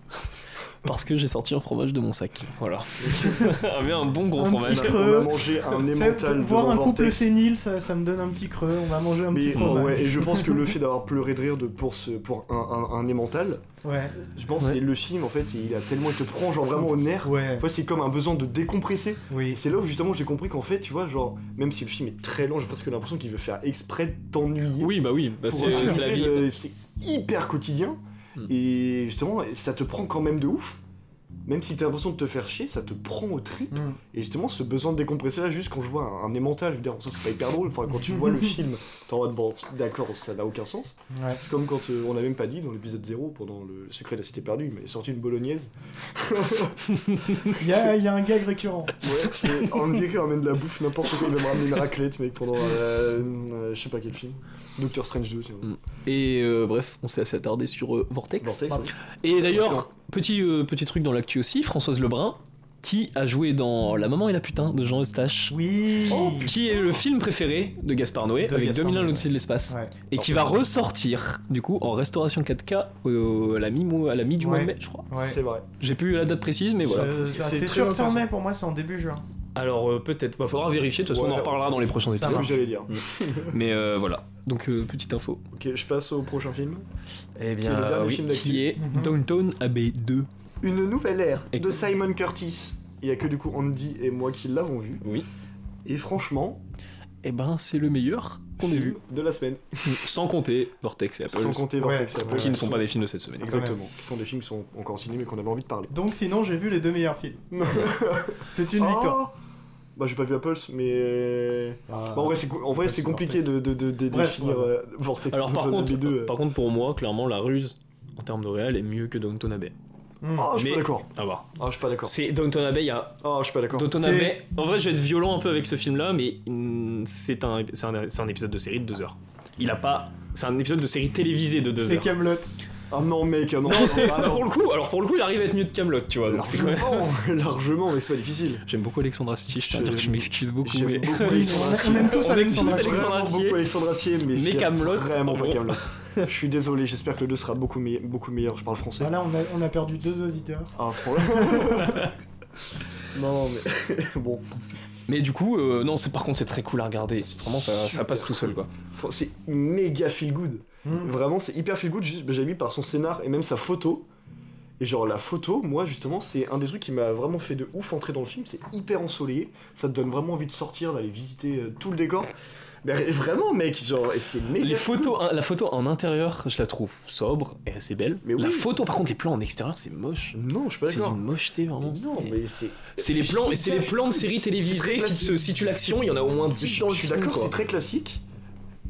Speaker 1: Parce que j'ai sorti un fromage de mon sac. Voilà. Ah, mais un bon gros
Speaker 2: Un
Speaker 1: fromage.
Speaker 2: petit
Speaker 3: On a-
Speaker 2: creux.
Speaker 3: On a mangé un
Speaker 2: Tu sais,
Speaker 3: émental
Speaker 2: voir
Speaker 3: devant
Speaker 2: un couple
Speaker 3: Vortex.
Speaker 2: sénile, ça, ça me donne un petit creux. On va manger un petit
Speaker 3: Mais,
Speaker 2: fromage.
Speaker 3: ouais, et je pense que le fait d'avoir pleuré de rire de, pour, ce, pour un, un, un émental,
Speaker 2: Ouais,
Speaker 3: je pense
Speaker 1: Ouais.
Speaker 3: que c'est le film en fait, c'est- il a tellement, il te prend genre vraiment au nerf.
Speaker 2: ouais,
Speaker 3: Ouais, c'est comme un besoin de décompresser. Et
Speaker 2: oui.
Speaker 3: c'est là où justement j'ai compris qu'en fait, tu vois, genre, même si le film est très long, j'ai presque l'impression qu'il veut faire exprès de t'ennuyer.
Speaker 1: Oui, bah oui, bah,
Speaker 3: Pour
Speaker 1: c'est
Speaker 3: assurer
Speaker 1: c'est la vie.
Speaker 3: le- Euh, C'est hyper quotidien.
Speaker 1: Hmm.
Speaker 3: Et justement, ça te prend quand même de ouf. Même si t'as l'impression de te faire chier, ça te prend au tri.
Speaker 2: Mm.
Speaker 3: Et justement, ce besoin de décompresser là, juste quand je vois un, un émental, je veux dire, ça c'est pas hyper drôle. Enfin, quand tu vois le film, t'es en mode, bon, d'accord, ça n'a aucun sens.
Speaker 2: Ouais.
Speaker 3: C'est comme quand euh, on l'a même pas dit dans l'épisode 0 pendant le secret de la cité perdue, mais sorti une bolognaise.
Speaker 2: Il y a, il y a un gag récurrent.
Speaker 3: Ouais, et on me dit qu'il ramène de la bouffe n'importe quoi, il va me ramener une raclette, mec, pendant euh, euh, je sais pas quel film. Doctor Strange 2, tu vois.
Speaker 1: Mm. Et euh, bref, on s'est assez attardé sur euh, Vortex.
Speaker 3: Vortex,
Speaker 2: Pardon.
Speaker 3: hein.
Speaker 1: Et d'ailleurs, petit, euh, petit truc dans l'actu aussi, Françoise Lebrun, qui a joué dans La maman et la putain de Jean Eustache.
Speaker 2: Oui
Speaker 3: Oh,
Speaker 1: Qui est le film préféré de Gaspard Noé
Speaker 2: De
Speaker 1: avec
Speaker 2: Gaspard
Speaker 1: 2001
Speaker 2: Noé,
Speaker 1: l'Odyssée de l'espace
Speaker 2: Ouais.
Speaker 1: et qui va ressortir du coup en restauration 4K au- à la mi à la mi du mois
Speaker 2: Ouais.
Speaker 1: de mai je crois.
Speaker 2: Ouais.
Speaker 3: C'est vrai.
Speaker 1: J'ai plus la date précise mais voilà.
Speaker 2: Je- je-
Speaker 3: C'est
Speaker 2: T'es
Speaker 3: très
Speaker 2: sûr que c'est en
Speaker 3: intéressant.
Speaker 2: mai Pour moi, c'est en début juin.
Speaker 1: Alors euh, peut-être, bah, faudra vérifier de toute façon on en
Speaker 3: Ouais.
Speaker 1: reparlera dans les prochains
Speaker 2: Ça
Speaker 3: C'est ce que
Speaker 1: épisodes.
Speaker 2: marche.
Speaker 3: j'allais dire.
Speaker 1: Mais euh, voilà. Donc euh, petite info.
Speaker 3: Ok, je passe au prochain film.
Speaker 1: Eh
Speaker 3: bien, euh, oui,
Speaker 1: qui
Speaker 3: qui
Speaker 1: est
Speaker 2: Mhm.
Speaker 1: Downtown Abbey 2.
Speaker 3: Une nouvelle ère
Speaker 1: Et-
Speaker 3: de Simon Curtis. Il y a que du coup Andy et moi qui l'avons vu.
Speaker 1: Oui.
Speaker 3: Et franchement,
Speaker 1: Eh ben c'est le meilleur qu'on ait vu.
Speaker 3: film de la semaine.
Speaker 1: Mm, Sans compter Vortex et Apple.
Speaker 3: Sans compter Vortex
Speaker 2: Ouais,
Speaker 3: et Apple,
Speaker 2: ouais,
Speaker 1: qui ne sont pas des films de cette semaine.
Speaker 3: Exactement. Qui sont des films qui sont encore au cinéma mais qu'on avait envie de parler.
Speaker 2: Donc, sinon, j'ai vu les deux meilleurs films. C'est une
Speaker 3: Oh
Speaker 2: victoire.
Speaker 3: Bah j'ai pas vu Apples, mais...
Speaker 2: Ah.
Speaker 3: Bah, en vrai, c'est, co- en vrai,
Speaker 2: Vortex,
Speaker 3: c'est compliqué de, de, de- de
Speaker 2: Bref,
Speaker 3: définir
Speaker 2: voilà.
Speaker 3: euh, Vortex.
Speaker 1: Alors par
Speaker 3: Downton
Speaker 1: contre,
Speaker 3: Abbey 2, euh.
Speaker 1: par contre pour moi clairement la ruse en termes de réel est mieux que Downton Abbey.
Speaker 2: Mm.
Speaker 3: Ah, je suis
Speaker 1: mais-
Speaker 3: pas d'accord.
Speaker 1: À voir.
Speaker 3: Ah, je suis pas d'accord.
Speaker 1: C'est Downton Abbey, il y a
Speaker 3: Ah, je suis pas d'accord.
Speaker 1: Downton
Speaker 2: C'est-
Speaker 1: Abbey. En vrai, je vais être violent un peu avec ce film-là, mais mm, c'est un, c'est un, c'est un épisode de série de deux heures. Il a pas. C'est un épisode de série télévisée de deux
Speaker 2: C'est
Speaker 1: heures.
Speaker 2: Camelot.
Speaker 3: Ah non, mec, ah non.
Speaker 1: Non, c'est
Speaker 3: ah, non.
Speaker 1: pour le coup. Alors pour le coup, il arrive à être mieux de Camelot, tu vois. donc c'est quand même-
Speaker 3: Largement, largement, mais c'est pas difficile.
Speaker 1: J'aime beaucoup Alexandre Astier. Je tiens à dire que je m'excuse beaucoup,
Speaker 3: J'aime
Speaker 1: mais
Speaker 3: beaucoup
Speaker 2: On
Speaker 3: Alexandre Astier.
Speaker 2: on aime tous
Speaker 1: On aime
Speaker 2: Alexandre.
Speaker 1: tous
Speaker 2: Astier.
Speaker 1: Alexandre
Speaker 3: Vraiment
Speaker 1: Astier.
Speaker 3: beaucoup Alexandre Astier, mais,
Speaker 1: Mais
Speaker 3: je l'aime
Speaker 1: Kaamelott,
Speaker 3: Vraiment
Speaker 1: en
Speaker 3: pas
Speaker 1: gros.
Speaker 3: Camelot. je suis désolé, j'espère que le 2 sera beaucoup, meille- beaucoup meilleur. Je parle français.
Speaker 2: Voilà, Ah, on a, on a perdu deux auditeurs.
Speaker 3: Ah, franchement. non, mais bon,
Speaker 1: Mais du coup, euh, non, c'est par contre c'est très cool à regarder. Vraiment, ça, ça
Speaker 3: Super
Speaker 1: passe tout seul, quoi.
Speaker 3: Fran- c'est méga feel good. Vraiment, c'est hyper feel good, juste bah, j'ai mis par son scénar et même sa photo. Et genre la photo, moi justement, c'est un des trucs qui m'a vraiment fait de ouf entrer dans le film, c'est hyper ensoleillé, ça te donne vraiment envie de sortir, d'aller visiter euh, tout le décor. Mais vraiment, mec, genre, et c'est méga.
Speaker 1: Les photos, hein, la photo en intérieur, je la trouve sobre et assez belle.
Speaker 3: Mais
Speaker 1: La
Speaker 3: oui.
Speaker 1: photo, par contre, les plans en extérieur, c'est moche.
Speaker 3: Non, je suis pas
Speaker 1: C'est
Speaker 3: d'accord.
Speaker 1: une mocheté
Speaker 3: Mais
Speaker 1: vraiment.
Speaker 3: Non, mais c'est.
Speaker 1: C'est les plans, mais c'est les plans de séries télévisées qui se situent l'action. Il y en a au moins 10 dans le
Speaker 3: Je suis
Speaker 1: film,
Speaker 3: d'accord,
Speaker 1: quoi.
Speaker 3: c'est très classique.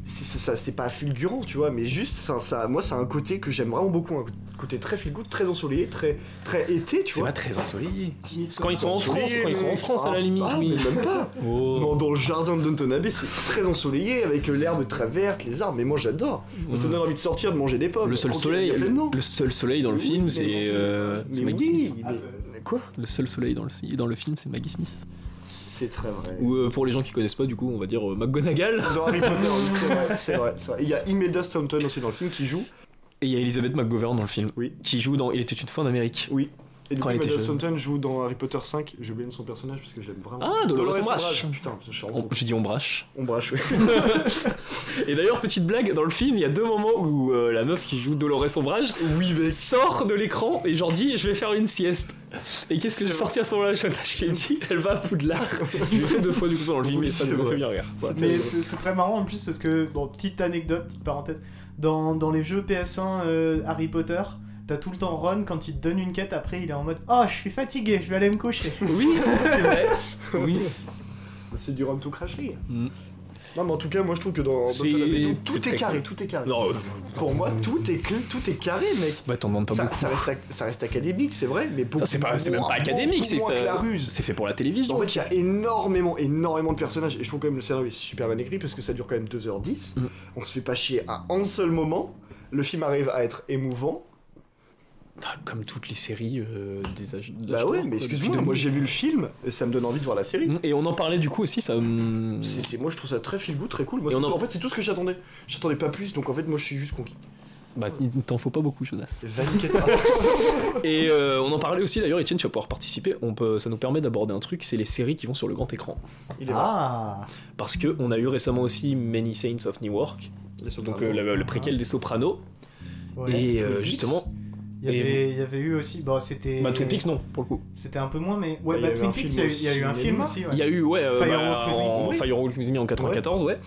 Speaker 3: C'est- C'est ça- c'est pas fulgurant, tu vois, mais juste, ça, ça- moi, c'est un côté que j'aime vraiment beaucoup. Un côté très feel good, très ensoleillé, très, très été, tu
Speaker 1: C'est
Speaker 3: vois.
Speaker 1: pas très ensoleillé. Quand ils sont en France, quand ils sont en France, à la
Speaker 3: Ah,
Speaker 1: limite,
Speaker 3: ah,
Speaker 1: oui. Oh.
Speaker 3: mais même pas. Non, dans le jardin de Downton Abbey, c'est très ensoleillé avec euh, l'herbe très verte, les arbres. Mais moi, j'adore. Moi, Ça me donne envie de sortir, de manger des pommes.
Speaker 1: Mmh. Mm. Le seul
Speaker 3: Ok,
Speaker 1: soleil,
Speaker 3: il y a
Speaker 1: le,
Speaker 3: plein de noms.
Speaker 1: le seul soleil dans le
Speaker 3: Oui,
Speaker 1: film,
Speaker 3: mais-
Speaker 1: c'est euh, c'est
Speaker 3: mais
Speaker 1: Maggie
Speaker 3: oui,
Speaker 1: Smith.
Speaker 3: mais- mais quoi
Speaker 1: Le seul soleil dans le, dans le film, c'est Maggie Smith.
Speaker 3: C'est très vrai.
Speaker 1: Ou euh, pour les gens qui connaissent pas, du coup, on va dire euh, McGonagall.
Speaker 3: Dans Harry Potter, oui, c'est vrai, c'est vrai, c'est vrai. Il y a Imelda Staunton aussi dans le film qui joue.
Speaker 1: Et il y a Elizabeth McGovern dans le film,
Speaker 3: Oui.
Speaker 1: qui joue dans Il était une fois en Amérique.
Speaker 3: Oui. Et du
Speaker 1: Quand
Speaker 3: coup,
Speaker 1: elle était
Speaker 3: Imelda
Speaker 1: jeune.
Speaker 3: Staunton joue dans Harry Potter 5. J'ai oublié le nom de son personnage parce que j'aime vraiment.
Speaker 1: Ah, Dolores Ombrage.
Speaker 3: Putain, je suis en
Speaker 1: On- J'ai dit on brache.
Speaker 3: Ombrage, oui.
Speaker 1: Et d'ailleurs, petite blague, dans le film, il y a deux moments où euh, la meuf qui joue Dolores Ombrage
Speaker 3: Oui, mec.
Speaker 1: sort de l'écran et genre dit je vais faire une sieste. Et qu'est-ce que j'ai sorti à ce moment-là Je je l'ai dit, elle va à Poudlard. Je l'ai fait deux fois du coup dans le film
Speaker 3: Oui,
Speaker 1: et ça
Speaker 3: c'est
Speaker 1: me
Speaker 3: vrai.
Speaker 1: fait bien rire.
Speaker 3: Bah,
Speaker 1: Voilà.
Speaker 2: Mais c'est c'est très marrant en plus parce que, bon, petite anecdote, petite parenthèse, dans, dans les jeux PS1 euh, Harry Potter, t'as tout le temps Ron quand il te donne une quête, après il est en mode Oh, je suis fatigué, je vais aller me coucher.
Speaker 1: Oui, c'est vrai. Oui.
Speaker 3: C'est du rhum tout craché.
Speaker 1: Mm.
Speaker 3: Non, mais en tout cas, moi je trouve que dans
Speaker 1: C'est-
Speaker 3: Downton Abbey, tout-
Speaker 1: c'est
Speaker 3: tout est
Speaker 1: très
Speaker 3: carré,
Speaker 1: cool.
Speaker 3: tout est carré.
Speaker 1: Non, euh,
Speaker 3: Pour moi, tout est cl- tout est carré, mec.
Speaker 1: bah t'en demandes pas
Speaker 3: Ça,
Speaker 1: beaucoup.
Speaker 3: ça reste, ac- ça reste académique, c'est vrai, mais beaucoup
Speaker 1: Ça, c'est pas, c'est même
Speaker 3: moins-
Speaker 1: pas académique,
Speaker 3: beaucoup
Speaker 1: c'est
Speaker 3: moins
Speaker 1: ça.
Speaker 3: que la ruse.
Speaker 1: C'est fait pour la télévision.
Speaker 3: En fait, il y a énormément, énormément de personnages, et je trouve quand même le scénario est super bien écrit parce que ça dure quand même 2h10.
Speaker 1: Mm.
Speaker 3: On se fait pas chier à un seul moment. Le film arrive à être émouvant.
Speaker 1: Ah, Comme toutes les séries euh, Mm. des âges. de l'âge
Speaker 3: Bah ouais,
Speaker 1: d'or,
Speaker 3: mais
Speaker 1: quoi,
Speaker 3: excuse-moi,
Speaker 1: depuis
Speaker 3: moi
Speaker 1: 2000.
Speaker 3: j'ai vu le film, et ça me donne envie de voir la série.
Speaker 1: Et on en parlait du coup aussi, ça. hum,
Speaker 3: C'est, c'est- moi je trouve ça très feel good, très cool. Moi,
Speaker 1: Et
Speaker 3: c'est
Speaker 1: on
Speaker 3: tout-
Speaker 1: en-
Speaker 3: en... fait, c'est tout ce que j'attendais. J'attendais pas plus, donc en fait, moi je suis juste conquis.
Speaker 1: Bah il ne t'en faut pas beaucoup, Jonas.
Speaker 3: C'est 24 heures.
Speaker 1: Et euh, on en parlait aussi d'ailleurs, Etienne, tu vas pouvoir participer. On peut, ça nous permet d'aborder un truc, c'est les séries qui vont sur le grand écran.
Speaker 3: Il est là.
Speaker 2: Ah
Speaker 1: Parce que on a eu récemment aussi Many Saints of Newark, donc euh, le, le préquel des Sopranos.
Speaker 2: Ouais.
Speaker 1: et euh,
Speaker 3: Twin Peaks.
Speaker 1: justement,
Speaker 2: Il y,
Speaker 1: et-
Speaker 2: avait, il y avait eu aussi, bon, c'était.
Speaker 1: bah, Twin Peaks non pour le coup.
Speaker 2: C'était un peu moins, mais. Ouais,
Speaker 3: Il y a
Speaker 2: bah,
Speaker 3: eu
Speaker 2: Twin
Speaker 3: un
Speaker 2: Peaks,
Speaker 3: film
Speaker 2: il y a eu- il y a eu un
Speaker 3: aussi,
Speaker 2: film
Speaker 3: mais-
Speaker 2: aussi, ouais.
Speaker 1: Il y a eu ouais euh, bah,
Speaker 2: Firewalk with Me.
Speaker 1: en,
Speaker 3: Oui.
Speaker 1: Firewalk with Me en 94 ouais.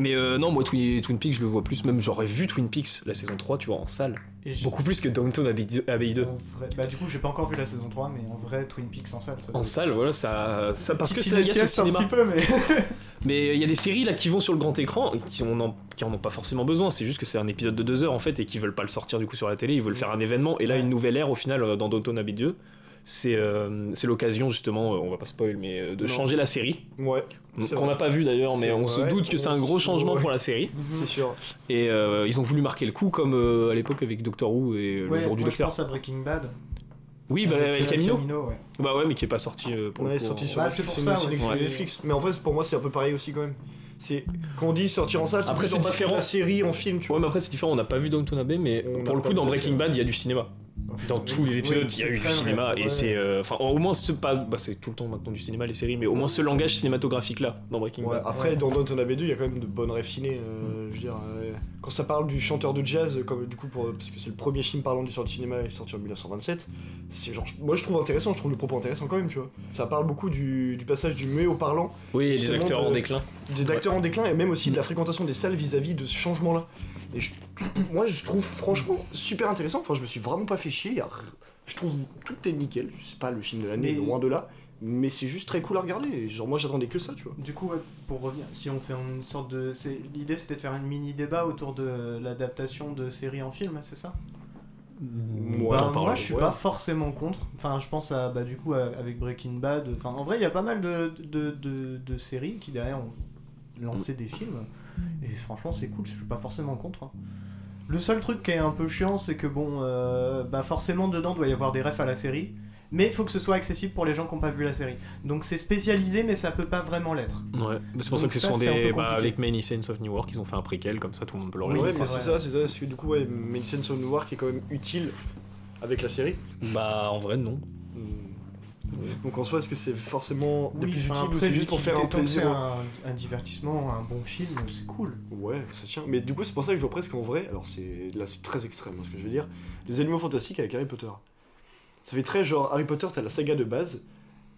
Speaker 1: Mais euh, non moi Twin, Twin Peaks je le vois plus même j'aurais vu Twin Peaks la saison 3 tu vois en salle
Speaker 2: Et je-
Speaker 1: beaucoup plus que Downton Abbey, Abbey 2.
Speaker 2: en vrai- Bah, du coup, j'ai pas encore vu la saison 3, mais en vrai, Twin Peaks en salle, ça.
Speaker 1: En salle voilà ça ça parce que
Speaker 2: Petite
Speaker 1: ça il y a ce
Speaker 2: sieste un
Speaker 1: cinéma.
Speaker 2: petit peu, mais.
Speaker 1: Mais il y a des séries là qui vont sur le grand écran et qui, on en, qui en ont pas forcément besoin. C'est juste que c'est un épisode de deux heures en fait et qui veulent pas le sortir du coup sur la télé. Ils veulent faire un événement. Et là,
Speaker 2: Ouais.
Speaker 1: une nouvelle ère au final euh, dans Downton Abbey 2, c'est euh, c'est l'occasion justement, euh, on va pas spoil, mais euh, de
Speaker 3: Non.
Speaker 1: changer la série.
Speaker 3: Ouais, C'est
Speaker 1: Qu'on
Speaker 3: vrai.
Speaker 1: n'a pas vu d'ailleurs, mais
Speaker 3: C'est
Speaker 1: on se
Speaker 3: vrai.
Speaker 1: doute que c'est
Speaker 3: On
Speaker 1: un gros
Speaker 3: se-
Speaker 1: changement
Speaker 3: ouais.
Speaker 1: pour la série.
Speaker 2: Mhm.
Speaker 3: c'est sûr.
Speaker 1: Et euh, ils ont voulu marquer le coup comme euh, à l'époque avec Doctor Who et
Speaker 2: Ouais,
Speaker 1: le jour du
Speaker 2: moi, je
Speaker 1: Docteur.
Speaker 2: pense à Breaking Bad.
Speaker 1: Oui, bah,
Speaker 2: avec,
Speaker 1: El
Speaker 2: euh,
Speaker 1: Camino.
Speaker 2: ouais.
Speaker 1: Bah ouais, mais qui est pas sorti euh, pour
Speaker 3: On
Speaker 1: le
Speaker 3: est
Speaker 1: coup.
Speaker 3: sorti
Speaker 1: en-
Speaker 3: sur
Speaker 2: Bah,
Speaker 3: Netflix,
Speaker 2: c'est pour
Speaker 3: une
Speaker 2: ça,
Speaker 3: série
Speaker 2: ouais.
Speaker 3: sur
Speaker 1: Ah, Ouais.
Speaker 3: Netflix. Mais en fait, pour moi, c'est un peu pareil aussi quand même. C'est quand on dit sortir en salle,
Speaker 1: Après,
Speaker 3: plus
Speaker 1: c'est
Speaker 3: genre pas
Speaker 1: différent.
Speaker 3: La série en film, tu
Speaker 1: Ouais,
Speaker 3: vois.
Speaker 1: mais après c'est différent. On n'a pas vu Downton Abbey, mais
Speaker 3: On
Speaker 1: pour
Speaker 3: a
Speaker 1: le
Speaker 3: pas
Speaker 1: coup dans
Speaker 3: vu la
Speaker 1: Breaking
Speaker 3: série.
Speaker 1: Bad, il y a du cinéma. Dans tous les épisodes, il y a eu du cinéma et
Speaker 3: Ouais.
Speaker 1: c'est euh, enfin au moins ce pas bah, c'est tout le temps maintenant du cinéma les séries mais au moins ce langage cinématographique là dans Breaking
Speaker 3: Ouais,
Speaker 1: Bad.
Speaker 3: après, dans Downton Abbey 2, il y a quand même de bonnes rêves ciné. euh, je veux dire, euh, quand ça parle du chanteur de jazz, comme du coup, pour, parce que c'est le premier film parlant de l'histoire du cinéma, il est sorti en 1927. C'est genre, moi je trouve intéressant, je trouve le propos intéressant quand même, tu vois. Ça parle beaucoup du, du passage du muet au parlant,
Speaker 1: Oui, et des
Speaker 3: Justement, euh,
Speaker 1: acteurs en
Speaker 3: de-
Speaker 1: déclin.
Speaker 3: des acteurs en déclin et même aussi de la fréquentation des salles vis-à-vis de ce changement-là. Et je- moi, je trouve franchement super intéressant. Enfin, je me suis vraiment pas fait chier. Je trouve tout est nickel. C'est pas le film de l'année,
Speaker 2: Mais-
Speaker 3: loin de là. Mais c'est juste très cool à regarder. Et Genre, moi j'attendais que ça, tu vois.
Speaker 2: Du coup, ouais, pour revenir, si on fait une sorte de. c'est- L'idée c'était de faire une mini débat autour de euh, l'adaptation de séries en film, c'est ça
Speaker 1: Moi,
Speaker 2: Bah, Moi je suis pas forcément contre. Enfin, je pense à. Bah, du coup, à- avec Breaking Bad. Enfin, en vrai, il y a pas mal de, de, de, de séries qui derrière ont lancé des films. Et franchement, c'est cool, je suis pas forcément contre. hein. Le seul truc qui est un peu chiant, c'est que bon, euh, bah forcément dedans doit y avoir des refs à la série, mais il faut que ce soit accessible pour les gens qui n'ont pas vu la série. Donc c'est spécialisé, mais ça peut pas vraiment l'être.
Speaker 1: Ouais, bah, c'est pour ça
Speaker 2: Donc
Speaker 1: que ce
Speaker 2: ça,
Speaker 1: sont
Speaker 2: c'est un peu
Speaker 1: des bah,
Speaker 2: compliqué.
Speaker 1: avec Many Saints of Newark, ils ont fait un préquel comme ça tout le monde peut le
Speaker 2: Oui,
Speaker 3: ouais,
Speaker 1: regarder.
Speaker 3: mais c'est
Speaker 2: vrai.
Speaker 3: ça, c'est ça, parce que du coup, ouais, Medicine sur Noir qui est quand même utile avec la série.
Speaker 1: Bah en vrai non.
Speaker 3: Mm. Donc en soi, est-ce que c'est forcément le plus
Speaker 2: enfin,
Speaker 3: utile ou
Speaker 2: après,
Speaker 3: c'est juste pour faire un
Speaker 2: l'utilité, tant que
Speaker 3: plaisir
Speaker 2: c'est hein,
Speaker 3: aux-
Speaker 2: Un, un divertissement, un bon film, c'est cool.
Speaker 3: Ouais, ça tient. Mais du coup, c'est pour ça que je vois presque en vrai, alors c'est là c'est très extrême hein, ce que je veux dire, les animaux fantastiques avec Harry Potter. Ça fait très genre Harry Potter, t'as la saga de base,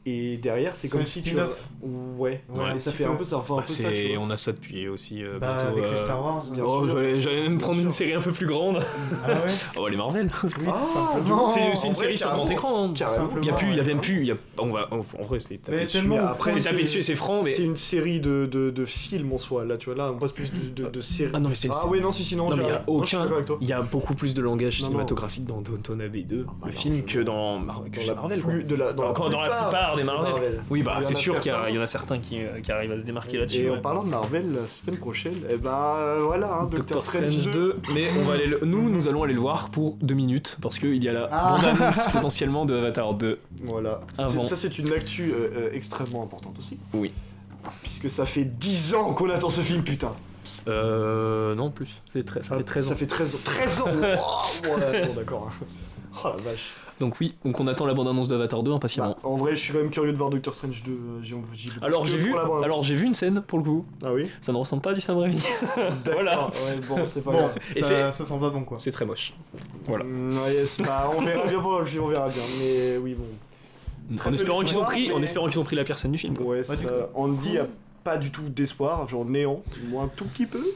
Speaker 3: Et derrière,
Speaker 2: C'est
Speaker 3: c'est comme euh,
Speaker 2: un
Speaker 3: si tu.
Speaker 2: spin-off.
Speaker 3: Ouais,
Speaker 1: Ouais,
Speaker 3: et ça
Speaker 2: un petit
Speaker 3: fait un
Speaker 2: peu.
Speaker 3: peu ça. Enfin, un
Speaker 1: Bah,
Speaker 3: peu ça, tu
Speaker 1: c'est-
Speaker 3: vois.
Speaker 1: on a ça depuis aussi euh,
Speaker 2: Bah,
Speaker 1: bientôt,
Speaker 2: avec les
Speaker 1: euh,
Speaker 2: Star Wars.
Speaker 3: bien
Speaker 1: oh,
Speaker 3: sûr.
Speaker 1: j'allais j'allais même
Speaker 3: Bien
Speaker 1: prendre
Speaker 3: sûr.
Speaker 1: une série un peu plus grande.
Speaker 2: Ah ouais
Speaker 1: Oh, les Marvel
Speaker 2: Oui,
Speaker 3: Ah,
Speaker 2: tout simplement.
Speaker 3: non,
Speaker 1: C'est c'est
Speaker 3: en
Speaker 1: une
Speaker 3: vrai,
Speaker 1: série sur
Speaker 3: carrément.
Speaker 1: grand écran. hein.
Speaker 3: Carrément.
Speaker 1: Il y a
Speaker 2: Ouais,
Speaker 1: plus, il y a
Speaker 2: ouais.
Speaker 1: même plus. il Y a... On va... En vrai, c'est tapé
Speaker 2: Mais
Speaker 1: dessus.
Speaker 2: tellement.
Speaker 3: mais
Speaker 2: au
Speaker 3: après,
Speaker 2: point
Speaker 1: C'est
Speaker 2: que-
Speaker 1: tapé dessus et c'est franc, mais.
Speaker 3: C'est une série de, de, de films en soi, là, tu vois. Là, on passe plus de, de, de séries.
Speaker 1: Ah non, mais c'est une
Speaker 3: Ah oui, non, si, sinon,
Speaker 1: Non, mais il y a aucun.
Speaker 3: Avec toi.
Speaker 1: Il y a beaucoup plus de langage
Speaker 3: Non, non.
Speaker 1: cinématographique dans Downton Abbey 2,
Speaker 3: Ah, bah,
Speaker 1: le
Speaker 3: non,
Speaker 1: film,
Speaker 3: je-
Speaker 1: que dans, Mar- que
Speaker 3: Dans
Speaker 1: chez
Speaker 3: la
Speaker 1: Marvel. quoi.
Speaker 3: plus- de la, dans,
Speaker 1: Encore dans la plupart des Marvel. Oui, bah,
Speaker 3: Il y en
Speaker 1: c'est
Speaker 3: a
Speaker 1: sûr qu'il y, a-
Speaker 3: certains.
Speaker 1: il y en a certains qui, euh, qui arrivent à se démarquer là-dessus.
Speaker 3: Et
Speaker 1: ouais.
Speaker 3: en parlant de Marvel, la semaine prochaine, eh ben euh, voilà, hein, Doctor,
Speaker 1: Doctor Strange
Speaker 3: Strange
Speaker 1: 2, mais on va aller le- nous, nous allons aller le voir pour deux minutes, parce qu'il y a la
Speaker 2: Ah.
Speaker 1: bande-annonce potentiellement de Avatar 2.
Speaker 3: Voilà.
Speaker 1: Avant.
Speaker 3: C'est- Ça, c'est une actu euh, euh, extrêmement importante aussi.
Speaker 1: Ah Oui.
Speaker 3: Puisque ça fait 10 ans qu'on attend ce film, putain.
Speaker 1: Euh. Non, plus. C'est très- ça fait 13
Speaker 3: Ça
Speaker 1: ans.
Speaker 3: fait 13 ans. 13 ans Oh, voilà, bon, d'accord. hein. Oh la vache.
Speaker 1: Donc, oui, donc on attend la bande-annonce d'Avatar 2 impatiemment.
Speaker 3: Bah, en vrai, je suis quand même curieux de voir Doctor Strange 2. euh, J'ai envie j'y vais
Speaker 1: alors,
Speaker 3: que
Speaker 1: j'ai
Speaker 3: pour
Speaker 1: vu,
Speaker 3: la bande.
Speaker 1: alors, j'ai vu une scène pour le coup.
Speaker 3: Ah oui
Speaker 1: Ça ne ressemble pas à du Sam Raimi.
Speaker 3: D'accord,
Speaker 1: Voilà.
Speaker 3: Ouais, bon, c'est pas
Speaker 2: Bon,
Speaker 3: grave.
Speaker 1: Et
Speaker 2: ça, ça sent pas bon quoi.
Speaker 1: C'est très moche. Voilà.
Speaker 3: Mm, ouais, yes, bah, on verra bien pour le film, on verra bien. Mais oui, bon.
Speaker 1: En
Speaker 3: peu
Speaker 1: espérant
Speaker 3: de
Speaker 1: qu'ils ont
Speaker 3: fois,
Speaker 1: pris, en
Speaker 3: mais-
Speaker 1: espérant qu'ils ont pris la personne du film. quoi.
Speaker 3: Ouais,
Speaker 2: Ouais, du
Speaker 3: ça, euh, Andy a pas du tout d'espoir, genre néant, moi un tout petit peu.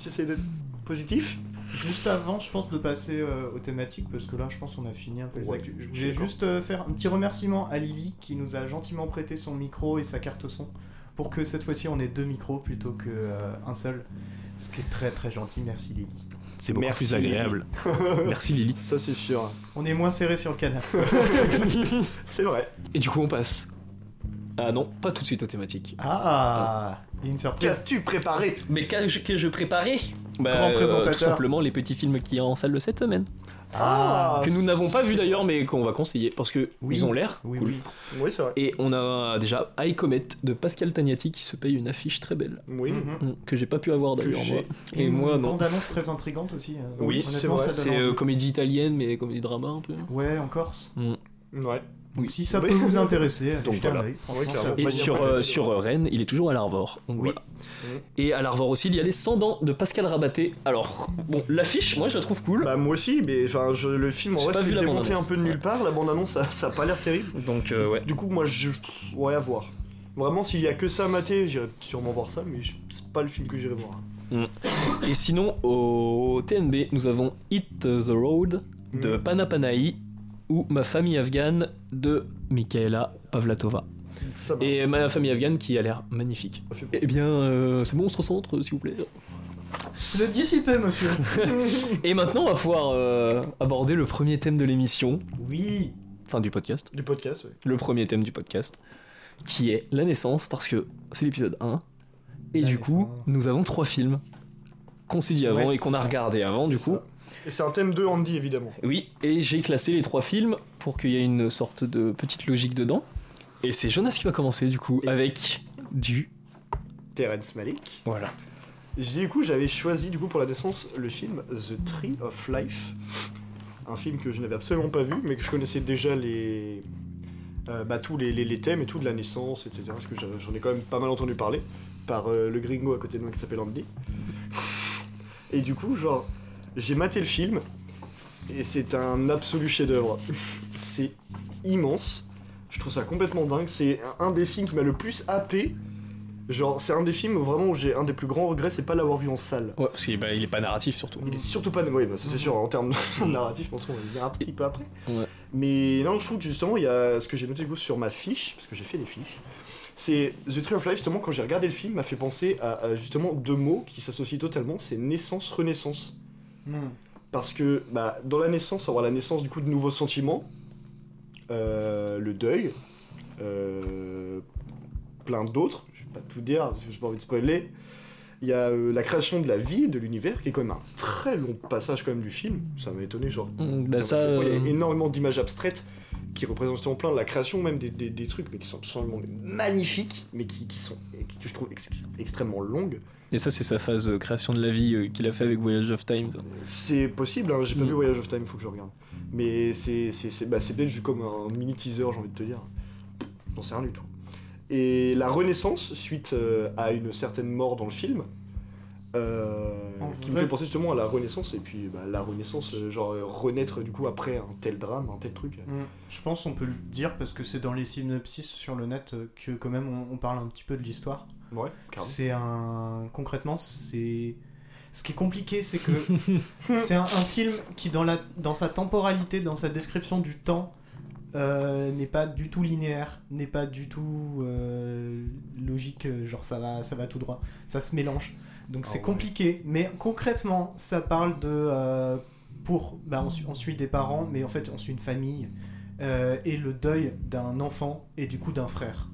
Speaker 3: J'essaie d'être positif.
Speaker 2: Juste avant, je pense de passer euh, aux thématiques parce que là, je pense qu'on a fini un peu les
Speaker 3: Ouais,
Speaker 2: actus. Je
Speaker 3: je
Speaker 2: voulais
Speaker 3: suis
Speaker 2: juste euh, faire un petit remerciement à Lily qui nous a gentiment prêté son micro et sa carte son pour que cette fois-ci on ait deux micros plutôt que euh, un seul. Ce qui est très très gentil, merci Lily.
Speaker 1: C'est beaucoup
Speaker 3: Merci,
Speaker 1: plus agréable. Merci Lily.
Speaker 3: Ça c'est sûr.
Speaker 2: On est moins serré sur le canapé.
Speaker 3: C'est vrai.
Speaker 1: Et du coup, on passe. Ah non, pas tout de suite aux thématiques.
Speaker 2: Ah, il y a une surprise.
Speaker 3: Qu'as-tu préparé
Speaker 1: Mais qu'ai-je que je préparais bah,
Speaker 2: Grand
Speaker 1: euh,
Speaker 2: présentateur.
Speaker 1: tout simplement les petits films qu'il y a en salle de cette semaine.
Speaker 3: Ah,
Speaker 1: que nous n'avons pas vu d'ailleurs, mais qu'on va conseiller parce que
Speaker 2: Oui.
Speaker 1: ils ont l'air
Speaker 2: Oui,
Speaker 1: cool.
Speaker 2: oui.
Speaker 3: Oui, c'est vrai.
Speaker 1: Et on a déjà I Comet de Pascal Tagnati qui se paye une affiche très belle
Speaker 3: Oui.
Speaker 2: Mhm.
Speaker 1: Mm, que j'ai pas pu avoir d'ailleurs
Speaker 3: j'ai.
Speaker 1: moi. Et moi non.
Speaker 2: Bande annonce très intrigante aussi. euh,
Speaker 3: Oui,
Speaker 2: honnêtement,
Speaker 3: c'est vrai,
Speaker 2: ça donne
Speaker 1: C'est euh,
Speaker 2: envie.
Speaker 1: comédie italienne mais comédie drama un peu.
Speaker 2: Ouais, en Corse.
Speaker 3: Ouais.
Speaker 2: Donc
Speaker 1: Oui.
Speaker 2: si ça
Speaker 3: Oui.
Speaker 2: peut vous intéresser, allez
Speaker 1: Donc
Speaker 2: jeter un
Speaker 1: voilà.
Speaker 2: œil. Franchement,
Speaker 3: Oui,
Speaker 2: ça
Speaker 3: clairement.
Speaker 2: vaut
Speaker 1: Et
Speaker 3: Bah,
Speaker 2: le
Speaker 3: il y a
Speaker 1: sur,
Speaker 3: pas
Speaker 1: euh,
Speaker 3: de-
Speaker 1: sur euh, Rennes, il est toujours à l'Arvor. Donc
Speaker 2: Oui.
Speaker 1: voilà.
Speaker 3: Mhm.
Speaker 1: Et à l'Arvor aussi, il y a les 100 ans de Pascal Rabaté. Alors, bon, l'affiche, moi je la trouve cool.
Speaker 3: Bah moi aussi, mais enfin je- le film en
Speaker 1: J'ai
Speaker 3: vrai
Speaker 1: pas
Speaker 3: se
Speaker 1: vu
Speaker 3: fait
Speaker 1: la
Speaker 3: démonter un
Speaker 1: bande-annonce.
Speaker 3: peu de
Speaker 1: Ouais.
Speaker 3: nulle part. La bande annonce, ça, ça a pas l'air terrible.
Speaker 1: Donc, euh, ouais.
Speaker 3: Du coup, moi je ouais à voir. Vraiment, s'il y a que ça à mater, j'irai sûrement voir ça, mais je- c'est pas le film que j'irai voir.
Speaker 1: Et sinon, au TNB, nous avons Hit the Road de
Speaker 3: Mm.
Speaker 1: Panapanaï ou Ma famille afghane de Michaela Pavlatova.
Speaker 3: Ça m'a
Speaker 1: Et Ma famille afghane qui a l'air magnifique.
Speaker 3: pas fait peur.
Speaker 1: Eh bien, euh, c'est bon, on se recentre, s'il vous plaît.
Speaker 2: Vous êtes dissipé, monsieur.
Speaker 1: Et maintenant, on va pouvoir euh, aborder le premier thème de l'émission,
Speaker 2: oui.
Speaker 1: enfin du podcast,
Speaker 3: Du podcast, ouais.
Speaker 1: le premier thème du podcast, qui est la naissance, parce que c'est l'épisode 1. Et
Speaker 2: La
Speaker 1: du coup,
Speaker 2: naissance.
Speaker 1: nous avons trois films qu'on s'est dit avant
Speaker 2: Ouais,
Speaker 1: et qu'on
Speaker 2: c'est
Speaker 1: a
Speaker 2: ça.
Speaker 1: regardé avant, du
Speaker 3: C'est
Speaker 1: coup.
Speaker 3: ça. Et c'est un thème de Andy évidemment.
Speaker 1: Oui, et j'ai classé les trois films pour qu'il y ait une sorte de petite logique dedans. Et c'est Jonas qui va commencer du coup
Speaker 3: Et-
Speaker 1: avec du
Speaker 3: Terrence Malick.
Speaker 1: voilà.
Speaker 3: J'ai- Du coup, j'avais choisi du coup pour la naissance le film The Tree of Life, un film que je n'avais absolument pas vu, mais que je connaissais déjà les euh, bah, tous les, les- les thèmes et tout de la naissance, etc. Parce que j'en j'en ai quand même pas mal entendu parler par euh, le gringo à côté de moi qui s'appelle Andy. Et du coup, genre, j'ai maté le film et c'est un absolu chef-d'œuvre. C'est immense. Je trouve ça complètement dingue. C'est un un des films qui m'a le plus happé. Genre, c'est un des films où vraiment où j'ai un des plus grands regrets, c'est pas l'avoir vu en salle.
Speaker 1: Ouais, parce qu'il est pas, il est pas narratif surtout.
Speaker 3: Il est surtout pas. Oui, bah, ça c'est sûr, en termes de narratif, je pense qu'on va y venir un petit peu après.
Speaker 1: Ouais.
Speaker 3: Mais non, je trouve que justement, il y a ce que j'ai noté du coup, sur ma fiche, parce que j'ai fait des fiches. C'est The Tree of Life, justement, quand j'ai regardé le film, m'a fait penser à, à, justement deux mots qui s'associent totalement c'est naissance-renaissance.
Speaker 2: Hmm.
Speaker 3: Parce que bah, dans la naissance, on aura la naissance du coup de nouveaux sentiments, euh, le deuil, euh, plein d'autres, je vais pas tout dire parce que j'ai pas envie de spoiler. Il y a euh, la création de la vie, de l'univers, qui est quand même un très long passage quand même du film, ça m'a étonné, genre.
Speaker 1: Mm, Bah ça,
Speaker 3: Il y a
Speaker 1: euh,
Speaker 3: énormément d'images abstraites qui représentent justement plein la création même des, des- des trucs, mais qui sont absolument magnifiques, mais qui, qui sont, que je trouve ex- extrêmement longues.
Speaker 1: et ça c'est sa phase euh, création de la vie euh, qu'il a fait avec Voyage of Time. ça.
Speaker 3: C'est possible, hein, j'ai pas
Speaker 1: Mm.
Speaker 3: vu Voyage of Time, faut que je regarde. Mais c'est c'est- c'est- bah, c'est peut-être juste comme un mini teaser, j'ai envie de te dire. J'en sais rien du tout. Et la renaissance, suite euh, à une certaine mort dans le film, euh,
Speaker 2: En
Speaker 3: qui me
Speaker 2: vrai-
Speaker 3: fait penser justement à la Renaissance et puis bah, la Renaissance, euh, genre euh, renaître du coup après un tel drame, un tel truc.
Speaker 2: hmm. Je pense qu'on peut le dire parce que c'est dans les synopsis sur le net euh, que quand même on, on parle un petit peu de l'histoire.
Speaker 3: Ouais, carrément.
Speaker 2: C'est un concrètement c'est ce qui est compliqué c'est que c'est un, un film qui dans la dans sa temporalité, dans sa description du temps euh, n'est pas du tout linéaire, n'est pas du tout euh, logique, euh, genre ça va, ça va tout droit, ça se mélange. Donc
Speaker 3: Ah
Speaker 2: c'est
Speaker 3: ouais.
Speaker 2: compliqué, mais concrètement, ça parle de euh, pour bah, on, suit, on suit des parents, mais en fait on suit une famille euh, et le deuil d'un enfant et du coup d'un frère.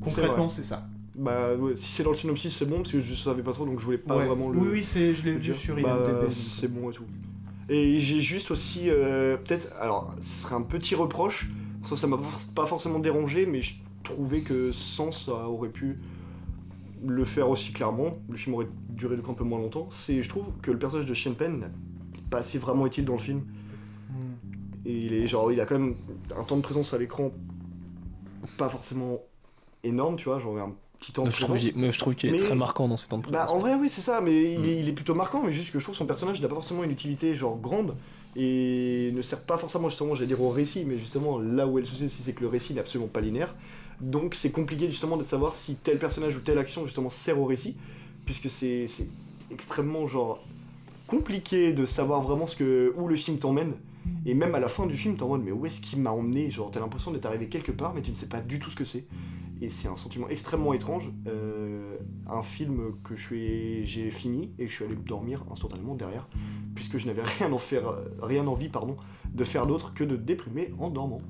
Speaker 2: Concrètement, c'est ça.
Speaker 3: Bah ouais, si c'est dans le synopsis, c'est bon parce que je savais pas trop donc je voulais pas
Speaker 2: Ouais.
Speaker 3: vraiment le.
Speaker 2: Oui, oui, c'est, je l'ai
Speaker 3: le
Speaker 2: vu
Speaker 3: dire.
Speaker 2: sur
Speaker 3: Bah,
Speaker 2: IMDb. donc. euh.
Speaker 3: C'est bon et tout. Et j'ai juste aussi, euh, peut-être, alors ce serait un petit reproche, ça ça m'a pas forc- pas forcément dérangé, mais je trouvais que sans ça aurait pu le faire aussi clairement, le film aurait duré du coup un peu moins longtemps. C'est, je trouve que le personnage de Sean Penn n'a pas assez vraiment utile dans le film.
Speaker 2: Mm.
Speaker 3: Et il est genre, il a quand même un temps de présence à l'écran pas forcément énorme, tu vois, genre un petit temps de
Speaker 1: Je trouve
Speaker 3: présence.
Speaker 1: qu'il- mais je trouve qu'il est
Speaker 3: Mais-
Speaker 1: très marquant dans ces temps de
Speaker 3: Bah
Speaker 1: présence.
Speaker 3: en vrai oui c'est ça, mais il,
Speaker 1: Mm.
Speaker 3: est, il est plutôt marquant, mais juste que je trouve son personnage n'a pas forcément une utilité genre grande et ne sert pas forcément justement j'allais dire au récit, mais justement là où elle se souci c'est que le récit n'est absolument pas linéaire, donc c'est compliqué justement de savoir si tel personnage ou telle action justement sert au récit, puisque c'est c'est extrêmement genre compliqué de savoir vraiment ce que où le film t'emmène. Et même à la fin du film, t'es en mode, mais où est-ce qu'il m'a emmené Genre, t'as l'impression d'être arrivé quelque part, mais tu ne sais pas du tout ce que c'est. Et c'est un sentiment extrêmement étrange. Euh, un film que je suis- j'ai fini et que je suis allé dormir instantanément derrière, puisque je n'avais rien, en faire, euh, rien envie pardon, de faire d'autre que de déprimer en dormant.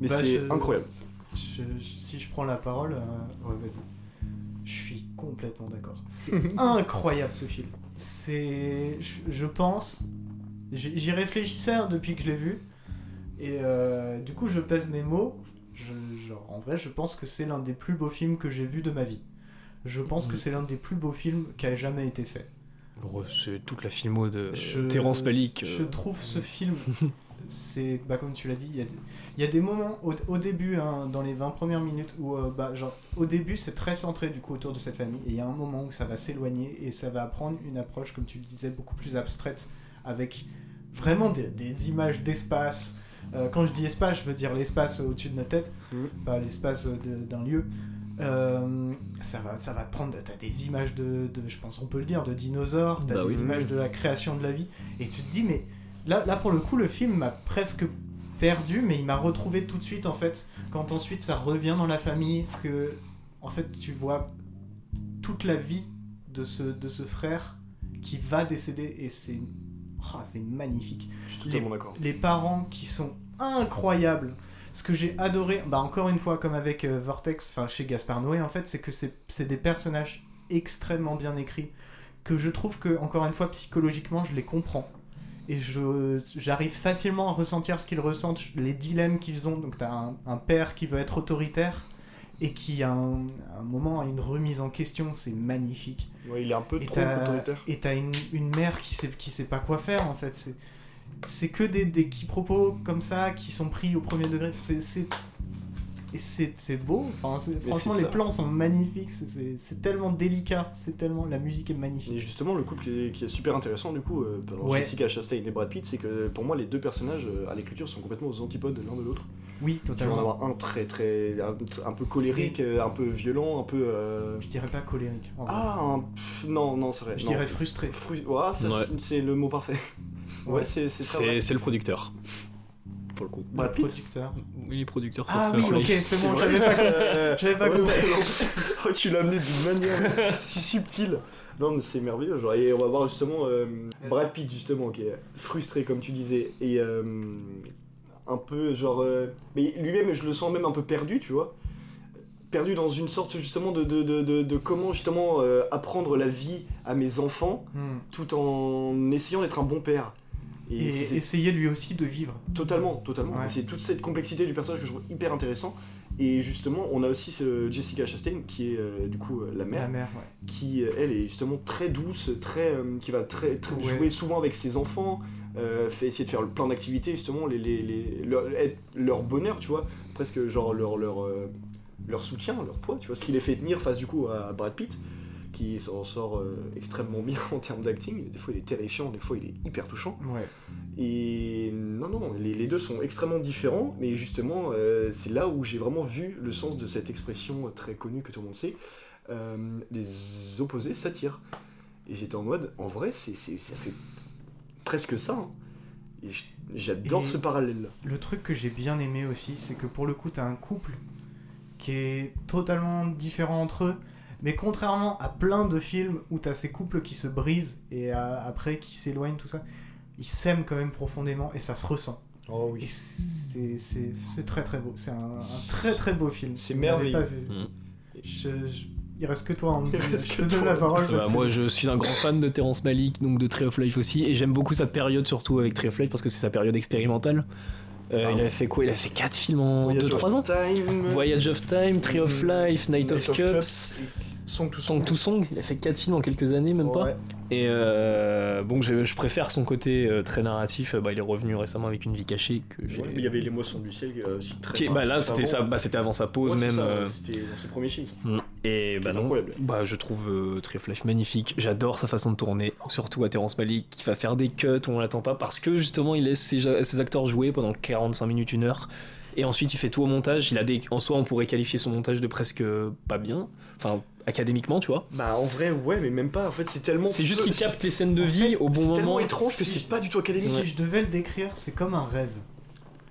Speaker 3: mais
Speaker 2: Bah,
Speaker 3: c'est
Speaker 2: je-
Speaker 3: incroyable.
Speaker 2: Je- je- si je prends la parole, euh, ouais, vas-y. Je suis complètement d'accord. C'est incroyable ce film. C'est, je, je pense, j'y j'y réfléchissais hein, depuis que je l'ai vu, et euh, du coup je pèse mes mots. Je- genre, en vrai, je pense que c'est l'un des plus beaux films que j'ai vu de ma vie. Je pense
Speaker 3: Mm.
Speaker 2: que
Speaker 1: Mhm.
Speaker 2: c'est l'un des plus beaux films qui a jamais été fait.
Speaker 1: Bon, C'est toute la filmo de
Speaker 2: Je-
Speaker 1: Terence Malick.
Speaker 2: Je
Speaker 1: euh,
Speaker 2: trouve ce film, c'est bah, comme tu l'as dit, il y, a des- il y a des moments au, au début, hein, dans les 20 premières minutes, où euh, bah, genre, au début c'est très centré du coup autour de cette famille, et il y a un moment où ça va s'éloigner et ça va prendre une approche, comme tu le disais, beaucoup plus abstraite, avec vraiment des, des images d'espace. Euh, quand je dis espace, je veux dire l'espace au-dessus de notre tête,
Speaker 3: Mhm.
Speaker 2: pas l'espace euh, de- d'un lieu. Euh, ça va, ça va te prendre. T'as des images de, de- je pense, on peut le dire, de dinosaures. T'as
Speaker 1: Bah
Speaker 2: des
Speaker 1: oui.
Speaker 2: images de la création de la vie. Et tu te dis, mais là, là pour le coup, le film m'a presque perdu, mais il m'a retrouvé tout de suite en fait. Quand ensuite ça revient dans la famille, que en fait tu vois toute la vie de ce, de ce frère qui va décéder et c'est, ah, c'est magnifique
Speaker 3: Je suis totalement d'accord.
Speaker 2: les parents qui sont incroyables. Ce que j'ai adoré, bah encore une fois, comme avec euh, Vortex, enfin chez Gaspard Noé, en fait, c'est que c'est c'est des personnages extrêmement bien écrits, que je trouve que, encore une fois, psychologiquement, je les comprends. Et je- j'arrive facilement à ressentir ce qu'ils ressentent, les dilemmes qu'ils ont. Donc, t'as un, un père qui veut être autoritaire et qui, à un, à un moment, a une remise en question, c'est magnifique.
Speaker 3: Ouais, il est un peu
Speaker 2: Et
Speaker 3: trop
Speaker 2: t'as-
Speaker 3: autoritaire.
Speaker 2: Et t'as une, une mère qui sait, qui sait pas quoi faire en fait. C'est, c'est que des, des quiproquos comme ça qui sont pris au premier degré. C'est, c'est, et c'est, c'est beau. Enfin, c'est- franchement,
Speaker 3: c'est
Speaker 2: les
Speaker 3: ça.
Speaker 2: plans sont magnifiques. C'est, c'est- c'est tellement délicat. C'est tellement la musique est magnifique.
Speaker 3: Et justement, le couple est- qui est super intéressant, du coup, euh, par
Speaker 2: Ouais.
Speaker 3: Jessica Chastain et Brad Pitt, c'est que pour moi, les deux personnages euh, à l'écriture sont complètement aux antipodes l'un de l'autre.
Speaker 2: Oui,
Speaker 3: Tu vas en
Speaker 2: totalement.
Speaker 3: avoir un très très un, un peu colérique, euh, un peu violent, un peu euh,
Speaker 2: Je dirais pas colérique. en vrai.
Speaker 3: ah un- pff, non non c'est vrai.
Speaker 2: je
Speaker 3: non.
Speaker 2: dirais frustré.
Speaker 3: Fru- ouais, ça,
Speaker 1: Ouais.
Speaker 3: c'est- c'est le mot parfait. Ouais,
Speaker 2: Ouais.
Speaker 3: c'est c'est ça. ouais.
Speaker 1: C'est c'est le producteur. Pour le coup.
Speaker 3: Brad
Speaker 2: le
Speaker 3: Pitt.
Speaker 2: producteur.
Speaker 1: Il est producteur sur
Speaker 2: Ah oui,
Speaker 1: Trevor
Speaker 2: ok,
Speaker 1: Lee.
Speaker 2: c'est bon.
Speaker 3: vrai.
Speaker 2: J'avais pas,
Speaker 3: Euh,
Speaker 2: j'avais pas
Speaker 3: ouais,
Speaker 2: compris.
Speaker 3: ouais. Oh, tu l'as amené d'une manière si subtile. Non mais c'est merveilleux. Genre, et on va voir justement euh, Brad Pitt justement qui est frustré comme tu disais et euh, un peu genre euh, mais lui-même je le sens même un peu perdu tu vois perdu dans une sorte justement de, de, de, de- de comment justement euh, apprendre la vie à mes enfants
Speaker 2: Hmm.
Speaker 3: tout en essayant d'être un bon père
Speaker 2: Et,
Speaker 3: c'est- c'est-
Speaker 2: essayer lui aussi de vivre.
Speaker 3: Totalement, totalement.
Speaker 2: Ouais.
Speaker 3: Et C'est toute cette complexité du personnage que je trouve hyper intéressant. Et justement, on a aussi ce Jessica Chastain qui est euh, du coup euh,
Speaker 2: La
Speaker 3: la mère,
Speaker 2: mère, ouais.
Speaker 3: qui euh, elle est justement très douce, très, euh, qui va très, très
Speaker 2: Ouais.
Speaker 3: jouer souvent avec ses enfants, euh, fait essayer de faire le- plein d'activités justement, les, les, les- leur, être- leur bonheur, tu vois, presque genre leur leur euh, leur soutien, leur poids, tu vois, ce qui les fait tenir face du coup à Brad Pitt, qui qui s'en sort euh, extrêmement bien en termes d'acting. Des fois, il est terrifiant, des fois, il est hyper touchant.
Speaker 2: Ouais.
Speaker 3: Et non, non, non, les, les deux sont extrêmement différents, mais justement, euh, c'est là où j'ai vraiment vu le sens de cette expression euh, très connue que tout le monde sait. euh, les opposés s'attirent. Et j'étais en mode, en vrai, c'est, c'est- ça fait presque ça. hein. Et j- j'adore
Speaker 2: Et-
Speaker 3: ce parallèle-là.
Speaker 2: Le truc que j'ai bien aimé aussi, c'est que pour le coup, t'as un couple qui est totalement différent entre eux. Mais contrairement à plein de films où t'as ces couples qui se brisent et à- après qui s'éloignent, tout ça, ils s'aiment quand même profondément et ça se ressent.
Speaker 3: Oh
Speaker 2: Et c'est c'est- c'est très très beau. C'est un, un très très beau film.
Speaker 3: C'est
Speaker 2: Vous l'avez
Speaker 3: merveilleux.
Speaker 2: pas vu.
Speaker 1: Mm.
Speaker 2: Je- je- Il reste que toi, Andy.
Speaker 3: Il reste
Speaker 2: Je
Speaker 3: que
Speaker 2: te donne
Speaker 3: toi.
Speaker 2: la parole.
Speaker 1: Bah,
Speaker 2: parce que-
Speaker 1: moi, je suis un grand fan de Terrence Malick, donc de Tree of Life aussi, et j'aime beaucoup sa période, surtout avec Tree of Life, parce que c'est sa période expérimentale. Euh,
Speaker 3: Ah
Speaker 1: il
Speaker 3: ouais.
Speaker 1: a fait quoi Il a fait 4 films en
Speaker 3: Voyage of
Speaker 1: 2-3 ans
Speaker 3: Time, Mm.
Speaker 1: Voyage of Time, Tree of Life, Night, of, Cups,
Speaker 3: Song to
Speaker 1: Song to Song. Il a fait 4 films en quelques années, même pas.
Speaker 3: Ouais.
Speaker 1: Et euh, bon, je, je préfère son côté euh, très narratif. Euh, Bah, il est revenu récemment avec Une vie cachée que j'ai.
Speaker 3: Ouais, mais il y avait Les Moissons du Ciel euh, aussi très
Speaker 1: Qui- bah, là, c'était ça, bah, c'était avant sa pause même. euh,
Speaker 3: C'était dans ses premiers films.
Speaker 1: Et bah
Speaker 3: C'est
Speaker 1: non.
Speaker 3: incroyable.
Speaker 1: Bah je trouve euh, Tree of Life magnifique. J'adore sa façon de tourner, surtout à Terrence Malick qui va faire des cuts où on l'attend pas parce que justement il laisse ses, ja- ses acteurs jouer pendant 45 minutes, une heure. Et ensuite il fait tout au montage. Il a des... En soi on pourrait qualifier son montage de presque euh, pas bien, enfin académiquement tu vois.
Speaker 3: Bah en vrai ouais mais même pas en fait c'est tellement
Speaker 1: C'est juste
Speaker 3: peu-
Speaker 1: qu'il capte les scènes de
Speaker 2: En
Speaker 1: vie
Speaker 2: fait,
Speaker 1: au bon
Speaker 3: c'est
Speaker 1: moment.
Speaker 3: tellement étrange que
Speaker 2: si-
Speaker 3: c'est pas du tout
Speaker 2: Et
Speaker 3: académique.
Speaker 2: si je devais le décrire, c'est comme un rêve.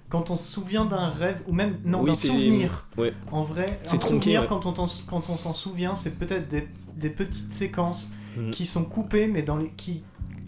Speaker 2: Quand on se souvient d'un rêve, ou même non,
Speaker 1: Oui,
Speaker 2: d'un
Speaker 1: c'est-
Speaker 2: souvenir.
Speaker 1: ouais.
Speaker 2: En vrai,
Speaker 1: C'est
Speaker 2: un
Speaker 1: tronqué,
Speaker 2: souvenir,
Speaker 1: ouais.
Speaker 2: quand on t'en- quand on s'en souvient, c'est peut-être des, des petites séquences
Speaker 3: Mhm.
Speaker 1: Mm.
Speaker 2: qui sont coupées, mais dans les, qui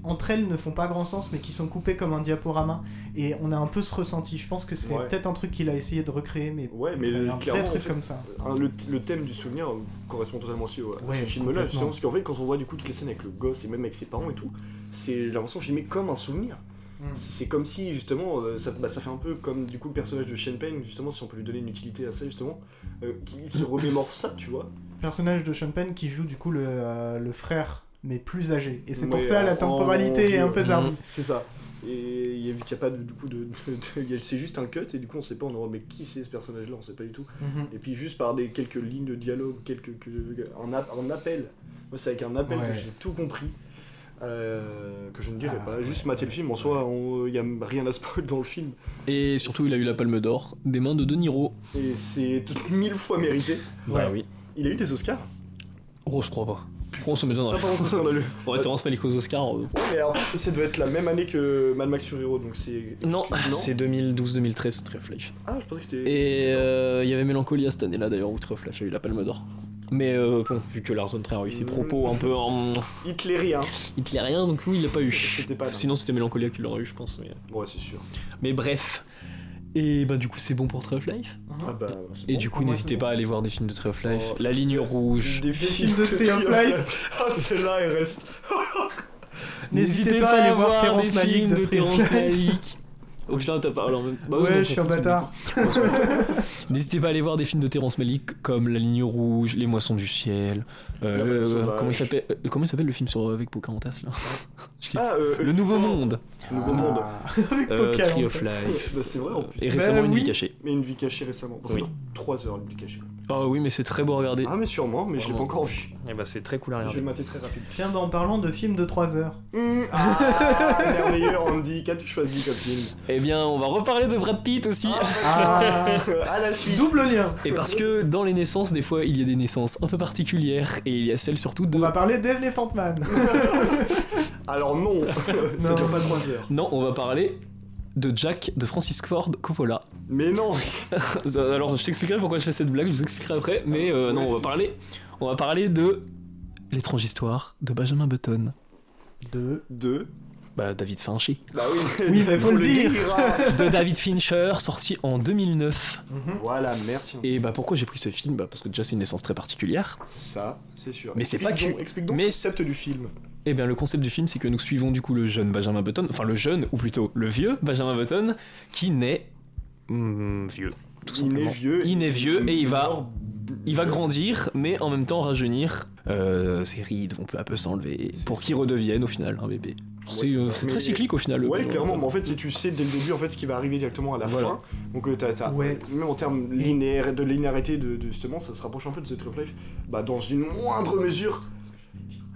Speaker 2: entre elles ne font pas grand sens, mais qui sont coupées comme un diaporama. Et on a un peu ce ressenti. Je pense que c'est
Speaker 3: Ouais.
Speaker 2: peut-être un truc qu'il a essayé de recréer, mais,
Speaker 3: Ouais, mais
Speaker 2: un vrai
Speaker 3: clairement,
Speaker 2: truc
Speaker 3: en fait-
Speaker 2: comme ça.
Speaker 3: Hein, le, le thème du souvenir euh, correspond totalement aussi au à
Speaker 2: Ouais,
Speaker 3: ce film-là,
Speaker 2: complètement.
Speaker 3: justement, parce qu'en fait, quand on voit du coup toutes les scènes avec le gosse et même avec ses parents et tout, c'est j'ai l'impression filmé comme un souvenir.
Speaker 2: Mm.
Speaker 3: C'est c'est comme si justement, euh, ça, bah, ça fait un peu comme du coup le personnage de Shane Payne, justement, si on peut lui donner une utilité à ça, justement, euh, qu'il se remémore ça, tu vois.
Speaker 2: Personnage de Sean Penn qui joue du coup le, euh, le frère, mais plus âgé. Et c'est pour
Speaker 3: Ouais,
Speaker 2: ça la
Speaker 3: en-
Speaker 2: temporalité
Speaker 3: en-
Speaker 2: est un peu
Speaker 3: Mm.
Speaker 2: zarbi.
Speaker 3: C'est ça. Et il y a vu qu'il n'y a pas de, du coup de. de- de- c'est juste un cut, et du coup, on sait pas, on en mais qui c'est ce personnage-là, on sait pas du tout.
Speaker 2: Mhm.
Speaker 3: Et puis juste par des quelques lignes de dialogue, quelques que- un, app- un appel. Moi c'est avec un appel
Speaker 2: Ouais.
Speaker 3: que j'ai tout compris. Euh, que je ne dirais
Speaker 2: Ah,
Speaker 3: pas. Juste
Speaker 2: ouais,
Speaker 3: mater le
Speaker 2: ouais,
Speaker 3: film en soi, il n'y a rien à spoil dans le film.
Speaker 1: Et surtout il a eu la palme d'or des mains de De Niro.
Speaker 3: Et c'est tout- mille fois mérité.
Speaker 1: Bah
Speaker 3: Ouais.
Speaker 1: oui.
Speaker 3: Il a eu des Oscars.
Speaker 1: Oh je crois pas. Oh, ça m'étonnerait.
Speaker 3: Ça par contre c'est scandaleux.
Speaker 1: Ouais, Terrence Malick aux Oscars. euh,
Speaker 3: Ouais, mais alors ça, ça doit être la même année que Mad Max Fury Road donc c'est.
Speaker 1: Non, c'est 2012-2013 Tree of Life.
Speaker 3: Ah je pensais que c'était.
Speaker 1: Et euh, il y avait Mélancolia cette année-là d'ailleurs, où Truffaut a eu la Palme d'or. Mais euh, bon, vu que Lars von Trier a eu ses propos un peu en
Speaker 3: Hitlérien.
Speaker 1: hitlérien, donc oui, il l'a pas eu.
Speaker 3: C'était pas. non.
Speaker 1: Sinon, c'était Mélancolia qui l'aurait eu, je pense. Mais,
Speaker 3: Ouais c'est sûr.
Speaker 1: mais bref. Et bah du coup, c'est bon pour Tree of Life.
Speaker 2: Mhm.
Speaker 3: Ah bah. c'est
Speaker 1: Et
Speaker 3: bon.
Speaker 1: du coup,
Speaker 2: pour moi,
Speaker 1: n'hésitez
Speaker 2: c'est
Speaker 1: pas à aller voir des films de Tree of Life.
Speaker 3: Oh.
Speaker 1: La ligne rouge.
Speaker 3: Des
Speaker 2: films de Tree of
Speaker 3: Life. Ah celle-là elle reste.
Speaker 2: N'hésitez pas à aller voir Terrence
Speaker 1: des
Speaker 2: Malick
Speaker 1: films
Speaker 2: de
Speaker 1: de
Speaker 2: Tree of
Speaker 1: Terrence
Speaker 2: Life.
Speaker 1: Malick. Oh putain, t'as parlé en même temps. Bah oui,
Speaker 2: ouais,
Speaker 1: non,
Speaker 2: je suis un
Speaker 1: ça fonctionne
Speaker 2: bâtard.
Speaker 1: N'hésitez pas à aller voir des films de Terrence Malick comme La Ligne Rouge, Les Moissons du Ciel. euh,
Speaker 3: La
Speaker 1: le-
Speaker 3: Bonne Sauvage.
Speaker 1: comment il s'appelle euh, Comment il s'appelle le film sur avec Pocahontas là Je l'ai-
Speaker 3: Ah, euh,
Speaker 1: Le Nouveau Monde,
Speaker 3: Le Nouveau Monde. hein.
Speaker 2: Avec
Speaker 1: euh,
Speaker 2: Pocahontas.
Speaker 1: Tree of Life.
Speaker 3: Bah, c'est vrai en plus.
Speaker 1: Et récemment
Speaker 2: Bah
Speaker 1: une vie
Speaker 2: oui.
Speaker 1: cachée.
Speaker 3: Mais une vie cachée récemment. Bon,
Speaker 1: Oui.
Speaker 3: oui. 3 heures une vie cachée.
Speaker 1: Oh oui, mais c'est très beau à regarder.
Speaker 3: Ah mais sûrement, mais je l'ai pas
Speaker 1: Vraiment.
Speaker 3: encore vu.
Speaker 1: Et bah c'est très cool à
Speaker 3: Je vais
Speaker 1: regarder.
Speaker 3: le mater très rapide.
Speaker 2: Tiens, bah, en parlant de films de 3 heures.
Speaker 3: Mmh, ah, merveilleux Andy, qu'as-tu choisi comme film
Speaker 1: Eh bien, on va reparler de Brad Pitt aussi.
Speaker 2: Ah,
Speaker 3: À la suite.
Speaker 2: double lien.
Speaker 1: Et parce que dans les naissances, des fois, il y a des naissances un peu particulières et il y a celles surtout de.
Speaker 2: On va parler d'Elephant Man.
Speaker 3: Alors non, ça
Speaker 2: Non.
Speaker 3: dure pas 3 heures.
Speaker 1: Non, on va parler de Jack de Francis Ford Coppola.
Speaker 3: Mais non,
Speaker 1: Euh, Alors, je t'expliquerai pourquoi je fais cette blague, je vous expliquerai après. Mais euh,
Speaker 3: Ouais.
Speaker 1: non, on va parler, on va parler de l'étrange histoire de Benjamin Button.
Speaker 2: De...
Speaker 3: 2.
Speaker 1: Bah, David Fincher.
Speaker 3: Bah oui,
Speaker 2: Oui, mais faut le dire.
Speaker 3: ah.
Speaker 1: De David Fincher, sorti en 2009.
Speaker 2: Mhm.
Speaker 3: Voilà, merci.
Speaker 1: Et bah, pourquoi j'ai pris ce film Bah, parce que déjà, c'est une naissance très particulière.
Speaker 3: Ça, c'est sûr.
Speaker 1: Mais c'est pas
Speaker 3: Explique
Speaker 1: que-
Speaker 3: donc- Explique donc
Speaker 1: mais
Speaker 3: le concept du film.
Speaker 1: Et bien, le concept du film, c'est que nous suivons du coup le jeune Benjamin Button, enfin le jeune, ou plutôt le vieux Benjamin Button, qui naît. hmm, vieux, tout
Speaker 3: Il est
Speaker 1: simplement.
Speaker 3: vieux.
Speaker 1: Il est vieux et il va-
Speaker 3: meurt-
Speaker 1: Il va grandir, mais en même temps rajeunir. Euh, ses rides vont peu à peu s'enlever pour qu'il redevienne au final un bébé. C'est
Speaker 3: c'est
Speaker 1: euh,
Speaker 3: ça.
Speaker 1: c'est
Speaker 3: Mais-
Speaker 1: très cyclique au final. le
Speaker 3: Ouais,
Speaker 1: Benjamin
Speaker 3: clairement,
Speaker 1: Button.
Speaker 3: mais en fait, si tu sais dès le début en fait, ce qui va arriver directement à la
Speaker 1: Voilà.
Speaker 3: fin, donc euh, t'as, t'as-
Speaker 2: Ouais.
Speaker 3: même en termes linéaires, de linéarité, de, de- justement, ça se rapproche un peu de cette Life, bah, dans une moindre mesure.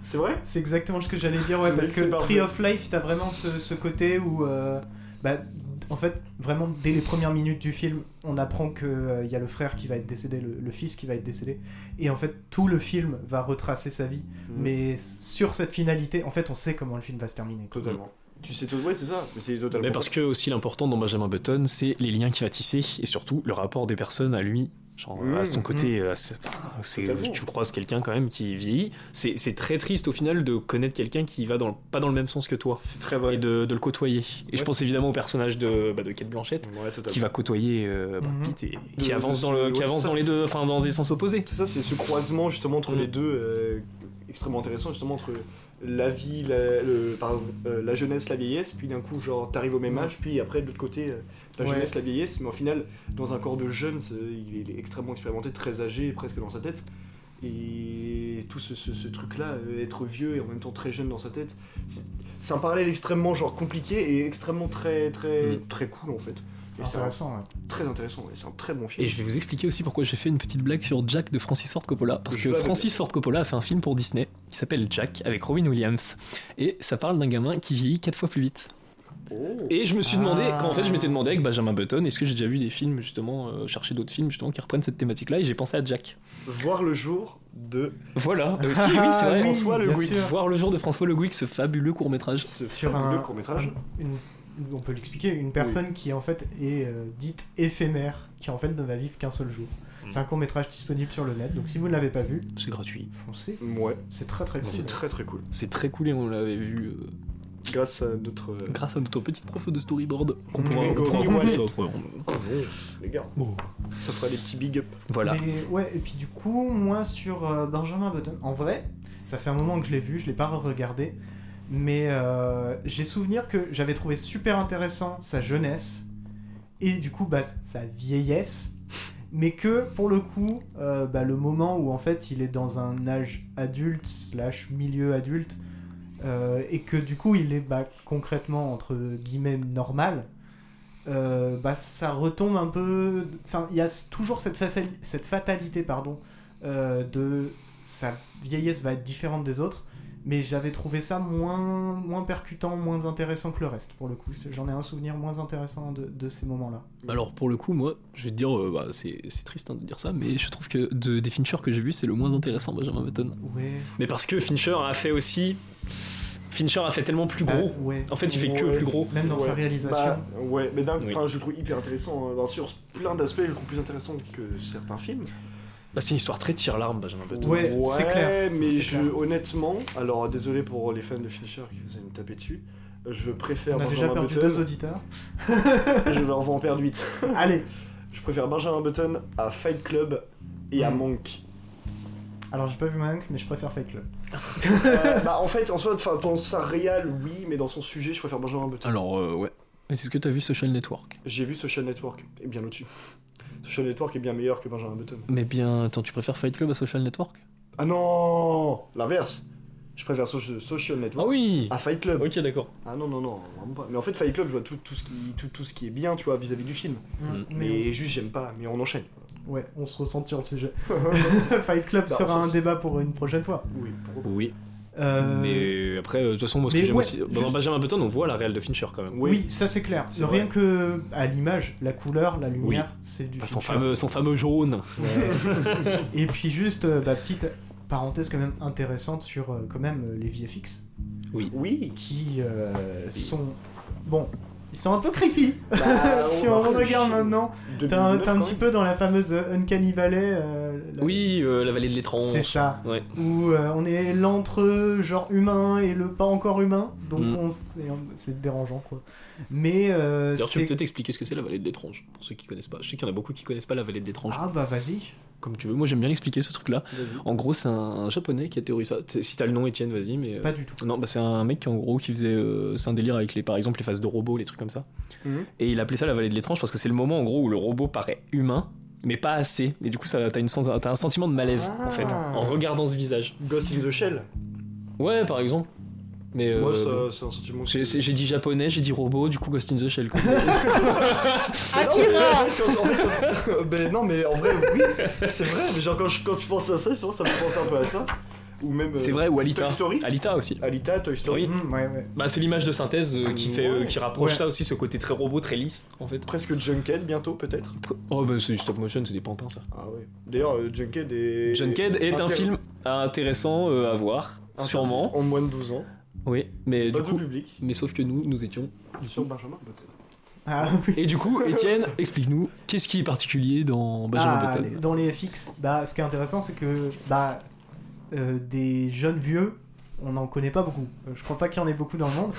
Speaker 3: C'est vrai
Speaker 2: C'est exactement ce que j'allais dire, ouais,
Speaker 3: Mais
Speaker 2: parce que
Speaker 3: c'est parfait.
Speaker 2: Tree of Life, t'as vraiment ce, ce côté où, euh, bah, en fait, vraiment, dès les premières minutes du film, on apprend qu'il il y a le frère qui va être décédé, le, le fils qui va être décédé, et en fait, tout le film va retracer sa vie,
Speaker 1: Mm.
Speaker 2: mais sur cette finalité, en fait, on sait comment le film va se terminer. quoi.
Speaker 3: Totalement. Tu sais, tout- ouais, c'est ça. Mais c'est totalement.
Speaker 1: Mais parce que aussi l'important dans Benjamin Button, c'est les liens qu'il va tisser et surtout le rapport des personnes à lui. Genre,
Speaker 3: Mmh,
Speaker 1: à son
Speaker 3: mmh.
Speaker 1: côté, euh, à ses- c'est-
Speaker 3: Totalement.
Speaker 1: tu croises quelqu'un quand même qui vieillit. C'est c'est très triste au final de connaître quelqu'un qui va dans le- pas dans le même sens que toi
Speaker 3: C'est très vrai.
Speaker 1: et de, de le côtoyer. Et je
Speaker 3: Ouais.
Speaker 1: pense évidemment au personnage de, bah, de Kate Blanchett
Speaker 3: Ouais, totalement.
Speaker 1: qui va côtoyer euh, Brad
Speaker 2: Mhm.
Speaker 1: Pitt et qui
Speaker 3: De-
Speaker 1: avance,
Speaker 3: de
Speaker 1: dans, le,
Speaker 3: ce-
Speaker 1: qui
Speaker 3: ouais,
Speaker 1: avance
Speaker 3: c'est
Speaker 1: dans
Speaker 3: ça.
Speaker 1: les deux, enfin dans des sens opposés.
Speaker 3: Tout ça, c'est ce croisement justement entre
Speaker 1: Mm.
Speaker 3: les deux, euh, extrêmement intéressant justement entre la vie, la, le- pardon, euh, la jeunesse, la vieillesse, puis d'un coup genre t'arrives au
Speaker 1: Mm.
Speaker 3: même âge, puis après de l'autre côté euh, la
Speaker 2: Ouais.
Speaker 3: jeunesse, la vieillesse, mais au final dans un corps de jeune, c'est- il est, il est extrêmement expérimenté, très âgé, presque dans sa tête. Et tout ce, ce- ce truc-là, euh, être vieux et en même temps très jeune dans sa tête, c'est- c'est un parallèle extrêmement genre compliqué et extrêmement très très
Speaker 1: Mm.
Speaker 3: très cool en fait. Et c'est un-
Speaker 2: Intéressant, ouais.
Speaker 3: très intéressant et c'est un très bon film.
Speaker 1: Et je vais vous expliquer aussi pourquoi j'ai fait une petite blague sur Jack de Francis Ford Coppola. Parce
Speaker 3: Je
Speaker 1: que
Speaker 3: l'avais
Speaker 1: Francis Ford Coppola a fait un film pour Disney qui s'appelle Jack avec Robin Williams. Et ça parle d'un gamin qui vieillit 4 fois plus vite.
Speaker 3: Oh.
Speaker 1: Et je me suis demandé,
Speaker 2: Ah.
Speaker 1: quand en fait je m'étais demandé avec Benjamin Button, est-ce que j'ai déjà vu des films justement, euh, chercher d'autres films justement qui reprennent cette thématique-là et j'ai pensé à Jack.
Speaker 3: Voir le jour de
Speaker 1: Voilà, bah aussi, oui, c'est vrai.
Speaker 2: Ah oui,
Speaker 1: François Le
Speaker 2: bien
Speaker 1: Gouic.
Speaker 2: sûr.
Speaker 1: Voir le jour de François Le Gouic, ce fabuleux court-métrage.
Speaker 3: ce
Speaker 2: Sur
Speaker 3: fabuleux
Speaker 2: un-
Speaker 1: Ah.
Speaker 3: court-métrage.
Speaker 2: Une- on peut l'expliquer, une personne qui en fait est euh, dite éphémère, qui en fait ne va vivre qu'un seul jour.
Speaker 1: Mm.
Speaker 2: C'est un court métrage disponible sur le net, donc si vous ne l'avez pas vu,
Speaker 1: C'est gratuit.
Speaker 2: foncez.
Speaker 3: Ouais,
Speaker 2: C'est très très cool.
Speaker 3: c'est très très cool.
Speaker 1: Bah, C'est très cool et on l'avait vu euh,
Speaker 3: Grâce à notre. euh,
Speaker 1: grâce à notre petite prof de storyboard. Qu'on
Speaker 2: Mmh,
Speaker 1: pourra
Speaker 3: Grégory
Speaker 1: reprendre
Speaker 3: Wallet.
Speaker 1: ça autrement.
Speaker 3: Oh, Les gars, ça fera des petits big up.
Speaker 1: Voilà.
Speaker 2: Mais ouais, et puis du coup, moi sur euh, Benjamin Button, en vrai, ça fait un moment que je l'ai vu, je l'ai pas regardé, mais euh, j'ai souvenir que j'avais trouvé super intéressant sa jeunesse et du coup bah, sa vieillesse, mais que pour le coup, euh, bah, le moment où en fait il est dans un âge adulte slash milieu adulte euh, et que du coup il est bah, concrètement entre guillemets normal. euh, bah, ça retombe un peu. Enfin, il y a toujours cette, faci- cette fatalité, pardon, euh, de sa vieillesse va être différente des autres. Mais j'avais trouvé ça moins, moins percutant, moins intéressant que le reste, pour le coup. C'est- J'en ai un souvenir moins intéressant de, de ces moments-là.
Speaker 1: Alors pour le coup, moi, je vais te dire, euh, bah, c'est c'est triste hein, de dire ça, mais je trouve que de, des Fincher que j'ai vu, c'est le moins intéressant Benjamin Button.
Speaker 2: Ouais.
Speaker 1: Mais parce que Fincher a fait aussi, Fincher a fait tellement plus
Speaker 2: Bah,
Speaker 1: gros.
Speaker 2: ouais.
Speaker 1: En fait, il fait que
Speaker 3: Ouais.
Speaker 1: plus gros.
Speaker 2: Même dans sa
Speaker 3: Oh. Ouais.
Speaker 2: réalisation.
Speaker 3: Bah, ouais, mais d'un
Speaker 1: Oui.
Speaker 3: enfin, je le trouve hyper intéressant. hein. Enfin, sur plein d'aspects, je le trouve plus intéressant que certains films.
Speaker 1: Bah, c'est une histoire très tire-larme Benjamin Button.
Speaker 2: Ouais, c'est clair.
Speaker 3: Mais
Speaker 2: C'est
Speaker 3: je,
Speaker 2: clair.
Speaker 3: honnêtement, alors désolé pour les fans de Fincher qui vous allez me taper dessus. Je préfère
Speaker 2: On a déjà
Speaker 3: Benjamin
Speaker 2: perdu
Speaker 3: Button.
Speaker 2: deux auditeurs.
Speaker 3: Je vais en en perdre 8.
Speaker 2: Allez
Speaker 3: Je préfère Benjamin Button à Fight Club et à
Speaker 2: Mm.
Speaker 3: Monk.
Speaker 2: Alors, j'ai pas vu Mank, mais je préfère Fight Club.
Speaker 3: Euh, bah, en fait, en soi, enfin, dans sa réal, oui, mais dans son sujet, je préfère Benjamin Button.
Speaker 1: Alors euh, ouais. Et c'est ce que t'as vu Social Network.
Speaker 3: J'ai vu Social Network, et bien au-dessus. Social Network est bien meilleur que Benjamin Button.
Speaker 1: Mais bien, attends, tu préfères Fight Club à Social Network
Speaker 3: Ah non L'inverse Je préfère So- Social
Speaker 1: Ah
Speaker 3: Network
Speaker 1: oui.
Speaker 3: à Fight Club.
Speaker 1: Ok d'accord.
Speaker 3: Ah non, non, non, vraiment pas. Mais en fait, Fight Club, je vois tout, tout, ce, qui, tout, tout ce qui est bien, tu vois, vis-à-vis du film.
Speaker 1: Mm.
Speaker 2: Mais,
Speaker 3: Mais juste, j'aime pas, mais on enchaîne.
Speaker 2: on- ouais, on se ressent sur le sujet. Fight Club
Speaker 3: Bah,
Speaker 2: sera un
Speaker 3: ça, c'est-
Speaker 2: débat pour une prochaine fois.
Speaker 3: oui, pourquoi pas.
Speaker 1: Oui.
Speaker 2: Euh,
Speaker 1: Mais après, euh, de toute façon, moi ce
Speaker 2: mais
Speaker 1: que j'aime
Speaker 2: ouais,
Speaker 1: aussi, dans
Speaker 2: juste-
Speaker 1: Benjamin Button, on voit la réelle de Fincher quand même.
Speaker 3: Oui.
Speaker 2: Oui, ça c'est clair.
Speaker 3: C'est
Speaker 2: Rien que à l'image, la couleur, la lumière, c'est du
Speaker 1: Bah, son
Speaker 2: Fincher.
Speaker 1: fameux, son fameux jaune.
Speaker 2: Et puis juste, euh, bah, petite parenthèse quand même intéressante sur euh, quand même euh, les VFX
Speaker 3: Oui
Speaker 2: qui euh,
Speaker 3: Si.
Speaker 2: sont bon, ils sont un peu creepy.
Speaker 3: Bah,
Speaker 2: si on
Speaker 3: marche.
Speaker 2: regarde maintenant, t'es
Speaker 3: 2009,
Speaker 2: un, t'es un
Speaker 3: quand
Speaker 2: petit
Speaker 3: même.
Speaker 2: peu dans la fameuse euh, Uncanny Valley. euh, la-
Speaker 1: Oui, euh, la vallée de
Speaker 2: C'est
Speaker 1: l'étrange.
Speaker 2: ça.
Speaker 1: Ouais.
Speaker 2: Où euh, on est l'entre genre humain et le pas encore humain, donc
Speaker 1: Mm.
Speaker 2: on s- et on- c'est dérangeant quoi. Mais euh,
Speaker 1: D'ailleurs, tu peux
Speaker 2: c'est
Speaker 1: peut-être expliquer ce que c'est la vallée de l'étrange, pour ceux qui connaissent pas. Je sais qu'il y en a beaucoup qui connaissent pas la vallée de l'étrange.
Speaker 2: ah bah vas-y.
Speaker 1: Comme tu veux, moi j'aime bien l'expliquer ce truc-là.
Speaker 3: Vas-y.
Speaker 1: En gros, c'est un, un japonais qui a théorisé ça. C'est- Si t'as le nom, Étienne, vas-y, mais. euh,
Speaker 2: Pas du tout.
Speaker 1: Non, bah, c'est un mec qui en gros qui faisait. euh, c'est un délire avec les, par exemple, les faces de robots, les trucs comme ça.
Speaker 3: Mhm.
Speaker 1: Et il appelait ça la vallée de l'étrange parce que c'est le moment en gros où le robot paraît humain, mais pas assez. Et du coup, ça, t'as, une sens- t'as un sentiment de malaise en fait,
Speaker 3: Ah.
Speaker 1: en regardant ce visage.
Speaker 3: Ghost in the Shell
Speaker 1: Ouais, par exemple. Mais. euh,
Speaker 3: Moi,
Speaker 1: bon.
Speaker 3: ça- c'est un sentiment.
Speaker 1: J'ai, c'est- j'ai dit japonais, j'ai dit robot, du coup Ghost in the Shell. quoi.
Speaker 3: Akira Ben non, mais en vrai, oui, c'est vrai, mais genre quand, je, quand tu penses à ça, justement, ça me fait penser un peu à ça. Ou même. euh,
Speaker 1: C'est vrai, ou Alita.
Speaker 3: Toy Story
Speaker 1: Alita aussi.
Speaker 3: Alita, Toy Story.
Speaker 1: Oui.
Speaker 2: Hum, ouais, ouais.
Speaker 1: Bah, c'est l'image de synthèse euh, qui, fait, euh,
Speaker 3: Ouais.
Speaker 1: qui rapproche
Speaker 2: Ouais.
Speaker 1: ça aussi, ce côté très robot, très lisse, en fait.
Speaker 3: Presque Junkhead bientôt, peut-être.
Speaker 1: Oh, bah, c'est du stop motion, c'est des pantins, ça.
Speaker 3: Ah ouais. D'ailleurs, euh, Junkhead est.
Speaker 1: Junkhead est un
Speaker 3: inter-
Speaker 1: film intéressant euh, à voir,
Speaker 3: inter-
Speaker 1: sûrement.
Speaker 3: En moins de 12 ans.
Speaker 1: Oui, mais
Speaker 3: Pas
Speaker 1: du
Speaker 3: tout
Speaker 1: coup,
Speaker 3: public.
Speaker 1: mais sauf que nous, nous étions.
Speaker 3: Sur Benjamin Button.
Speaker 2: Ah, oui.
Speaker 1: Et du coup, Étienne, explique-nous, qu'est-ce qui est particulier dans Benjamin
Speaker 2: Ah,
Speaker 1: Button
Speaker 2: les- dans les FX, bah, ce qui est intéressant, c'est que bah, euh, des jeunes vieux, on n'en connaît pas beaucoup. Euh, Je crois pas qu'il y en ait beaucoup dans le monde.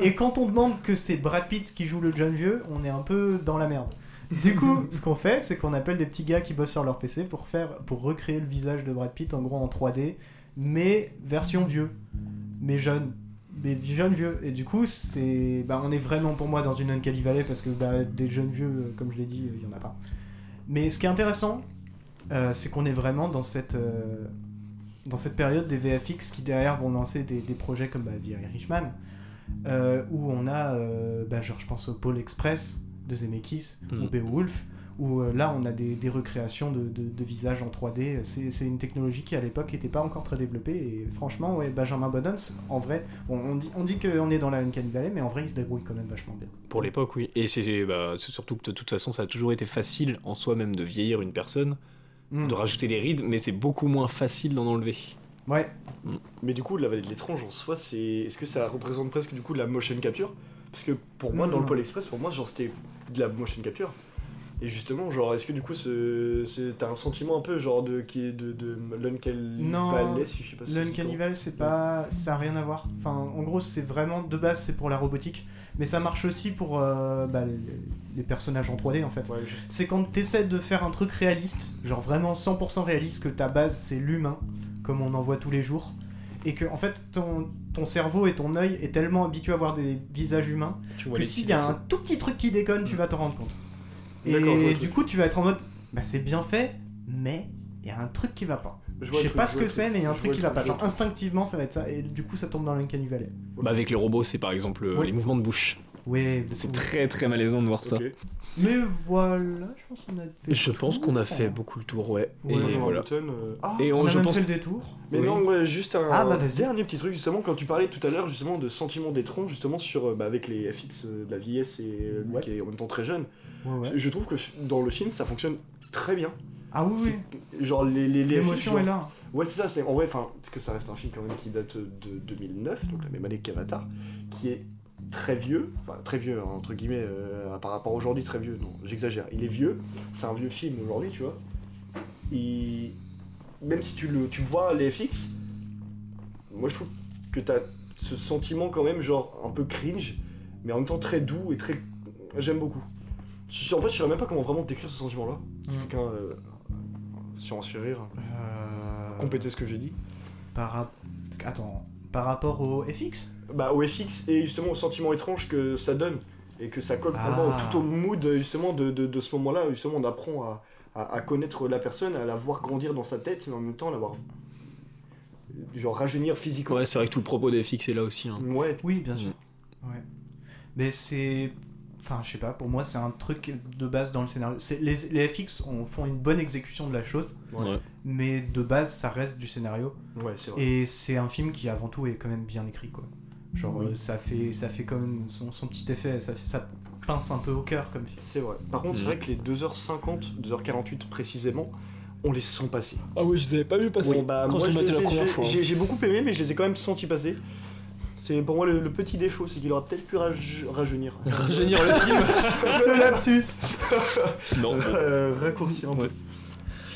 Speaker 2: Et quand on demande que c'est Brad Pitt qui joue le jeune vieux, on est un peu dans la merde. Du coup, ce qu'on fait, c'est qu'on appelle des petits gars qui bossent sur leur PC pour faire, pour recréer le visage de Brad Pitt en gros en 3D, mais version vieux, mais jeune. Mais jeune vieux. Et du coup, c'est, bah, on est vraiment pour moi dans une Uncanny Valley parce que bah, des jeunes vieux, euh, comme je l'ai dit, euh, il y en a pas. Mais ce qui est intéressant, euh, c'est qu'on est vraiment dans cette, euh, dans cette période des VFX qui derrière vont lancer des, des projets comme bah, The Irishman, euh, où on a, euh, bah, genre, je pense au Pôle Express de Zemeckis
Speaker 1: Mm.
Speaker 2: ou Beowulf, où euh, là on a des, des recréations de, de- de visages en 3D. C'est c'est une technologie qui à l'époque n'était pas encore très développée et franchement, ouais, Benjamin Bonhams, en vrai, on, on dit, on dit qu'on est dans la Uncanny Valley, mais en vrai il se débrouille quand même vachement bien.
Speaker 1: Pour l'époque, oui. Et c'est bah, c'est surtout que de toute façon, ça a toujours été facile en soi-même de vieillir une personne,
Speaker 2: Mm.
Speaker 1: de rajouter des rides, mais c'est beaucoup moins facile d'en enlever.
Speaker 2: Ouais,
Speaker 3: Mais du coup, la vallée de l'étrange en soi, c'est. Est-ce que ça représente presque du coup la motion capture Parce que pour moi,
Speaker 2: Non,
Speaker 3: dans le
Speaker 2: non.
Speaker 3: Pôle Express, pour moi, genre c'était de la motion capture. Et justement, genre, est-ce que du coup, ce... c'est- t'as un sentiment un peu genre de qui est de, de l'Uncanny
Speaker 2: Non,
Speaker 3: Valley, si je sais pas si
Speaker 2: Le
Speaker 3: c'est
Speaker 2: Uncanny
Speaker 3: comment.
Speaker 2: Valley, c'est pas. Ça n'a rien à voir. Enfin, en gros, c'est vraiment. De base, c'est pour la robotique. Mais ça marche aussi pour euh, bah, les, les personnages en 3D, en fait.
Speaker 3: Ouais, je-
Speaker 2: C'est quand t'essaies de faire un truc réaliste, genre vraiment 100% réaliste, que ta base, c'est l'humain, comme on en voit tous les jours. Et que, en fait, ton, ton cerveau et ton œil est tellement habitué à voir des visages humains
Speaker 1: Tu vois
Speaker 2: que
Speaker 1: les hein.
Speaker 2: s'il
Speaker 1: petits
Speaker 2: y a un
Speaker 1: défauts.
Speaker 2: tout petit truc qui déconne, tu vas t'en rendre compte.
Speaker 3: Mm. D'accord, je vois le
Speaker 2: Et du
Speaker 3: truc.
Speaker 2: coup, tu vas être en mode. Bah, c'est bien fait, mais il y a un truc qui va pas.
Speaker 3: je
Speaker 2: Je
Speaker 3: vois
Speaker 2: sais
Speaker 3: le truc,
Speaker 2: pas
Speaker 3: je
Speaker 2: ce
Speaker 3: vois
Speaker 2: que
Speaker 3: le
Speaker 2: c'est,
Speaker 3: truc,
Speaker 2: mais il y a un
Speaker 3: je
Speaker 2: truc
Speaker 3: vois
Speaker 2: qui
Speaker 3: le
Speaker 2: va pas.
Speaker 3: je vois
Speaker 2: Genre, instinctivement, ça va être ça, et du coup, ça tombe dans l'Uncanny Valley.
Speaker 1: Bah, avec les robots, c'est par exemple euh,
Speaker 2: Ouais.
Speaker 1: les mouvements de bouche.
Speaker 2: Ouais,
Speaker 1: C'est très très malaisant de voir ça.
Speaker 3: le truc. Ok.
Speaker 2: Mais voilà, je pense qu'on a fait.
Speaker 1: Je
Speaker 2: le
Speaker 1: pense
Speaker 2: tour,
Speaker 1: qu'on a
Speaker 2: enfin.
Speaker 1: fait beaucoup le tour, ouais.
Speaker 2: Ouais,
Speaker 1: Et
Speaker 2: ouais, ouais.
Speaker 1: voilà.
Speaker 3: Hamilton, euh, ah,
Speaker 1: Et
Speaker 2: On,
Speaker 1: on-
Speaker 2: a
Speaker 1: je
Speaker 2: même
Speaker 1: pense.
Speaker 2: fait le détour.
Speaker 3: Mais
Speaker 1: Oui.
Speaker 3: non, ouais, juste un
Speaker 2: Ah, bah, vas-y.
Speaker 3: dernier petit truc, justement, quand tu parlais tout à l'heure, justement, de sentiment des troncs, justement, sur, euh, bah, avec les FX, euh, de la vieillesse et euh, lui
Speaker 2: Ouais.
Speaker 3: qui est en même temps très jeune,
Speaker 2: Ouais, ouais.
Speaker 3: je trouve que dans le film, ça fonctionne très bien.
Speaker 2: Ah oui, oui.
Speaker 3: Genre les les les
Speaker 2: L'émotion
Speaker 3: genre-
Speaker 2: est là.
Speaker 3: Ouais, c'est ça, c'est en vrai enfin parce que ça reste un film quand même qui date de 2009, donc la même année qu'Avatar, qui est très vieux, enfin très vieux hein, entre guillemets euh, par rapport à aujourd'hui très vieux. Non, j'exagère. Il est vieux, c'est un vieux film aujourd'hui, tu vois. Il même si tu le tu vois les FX, moi je trouve que t'as ce sentiment quand même genre un peu cringe, mais en même temps très doux et très j'aime beaucoup. Je- En fait, je saurais même pas comment vraiment décrire ce sentiment-là.
Speaker 2: Mm.
Speaker 3: Quelqu'un euh, sur un sourire
Speaker 2: Euh,
Speaker 3: compléter ce que j'ai dit.
Speaker 2: Par rap- Attends, par rapport au FX
Speaker 3: Bah au FX et justement au sentiment étrange que ça donne et que ça colle vraiment
Speaker 2: Ah.
Speaker 3: tout au mood justement de, de, de ce moment-là. Justement, on apprend à, à, à connaître la personne, à la voir grandir dans sa tête, mais en même temps la voir genre rajeunir physiquement.
Speaker 1: Ouais, c'est vrai que tout le propos des FX est là aussi. hein.
Speaker 3: Ouais.
Speaker 2: Oui, bien sûr.
Speaker 1: Mm.
Speaker 2: Ouais. Mais c'est. Enfin, je sais pas, pour moi, c'est un truc de base dans le scénario. C'est- Les, les FX on, font une bonne exécution de la chose,
Speaker 1: Ouais.
Speaker 2: mais de base, ça reste du scénario.
Speaker 3: Ouais, c'est vrai.
Speaker 2: Et c'est un film qui avant tout est quand même bien écrit quoi. Genre
Speaker 3: Oui.
Speaker 2: euh, ça fait ça fait quand même son, son petit effet, ça, ça pince un peu au cœur comme film.
Speaker 3: C'est vrai. Par contre, c'est
Speaker 1: Mhm.
Speaker 3: vrai que les 2h50, 2h48 précisément, on les sent passer.
Speaker 1: Ah ouais, je les avais pas vu passer.
Speaker 3: Ouais, bah,
Speaker 1: quand
Speaker 3: moi,
Speaker 1: je
Speaker 3: je
Speaker 1: les
Speaker 3: les
Speaker 1: la
Speaker 3: ai-
Speaker 1: première
Speaker 3: j'ai-
Speaker 1: fois. hein.
Speaker 3: j'ai- J'ai beaucoup aimé, mais je les ai quand même sentis passer. C'est pour moi le, le petit défaut, c'est qu'il aura peut-être pu raj- rajeunir.
Speaker 1: Rajeunir le film
Speaker 2: Le lapsus
Speaker 1: Non.
Speaker 3: Euh, raccourcir un peu.
Speaker 1: Ouais.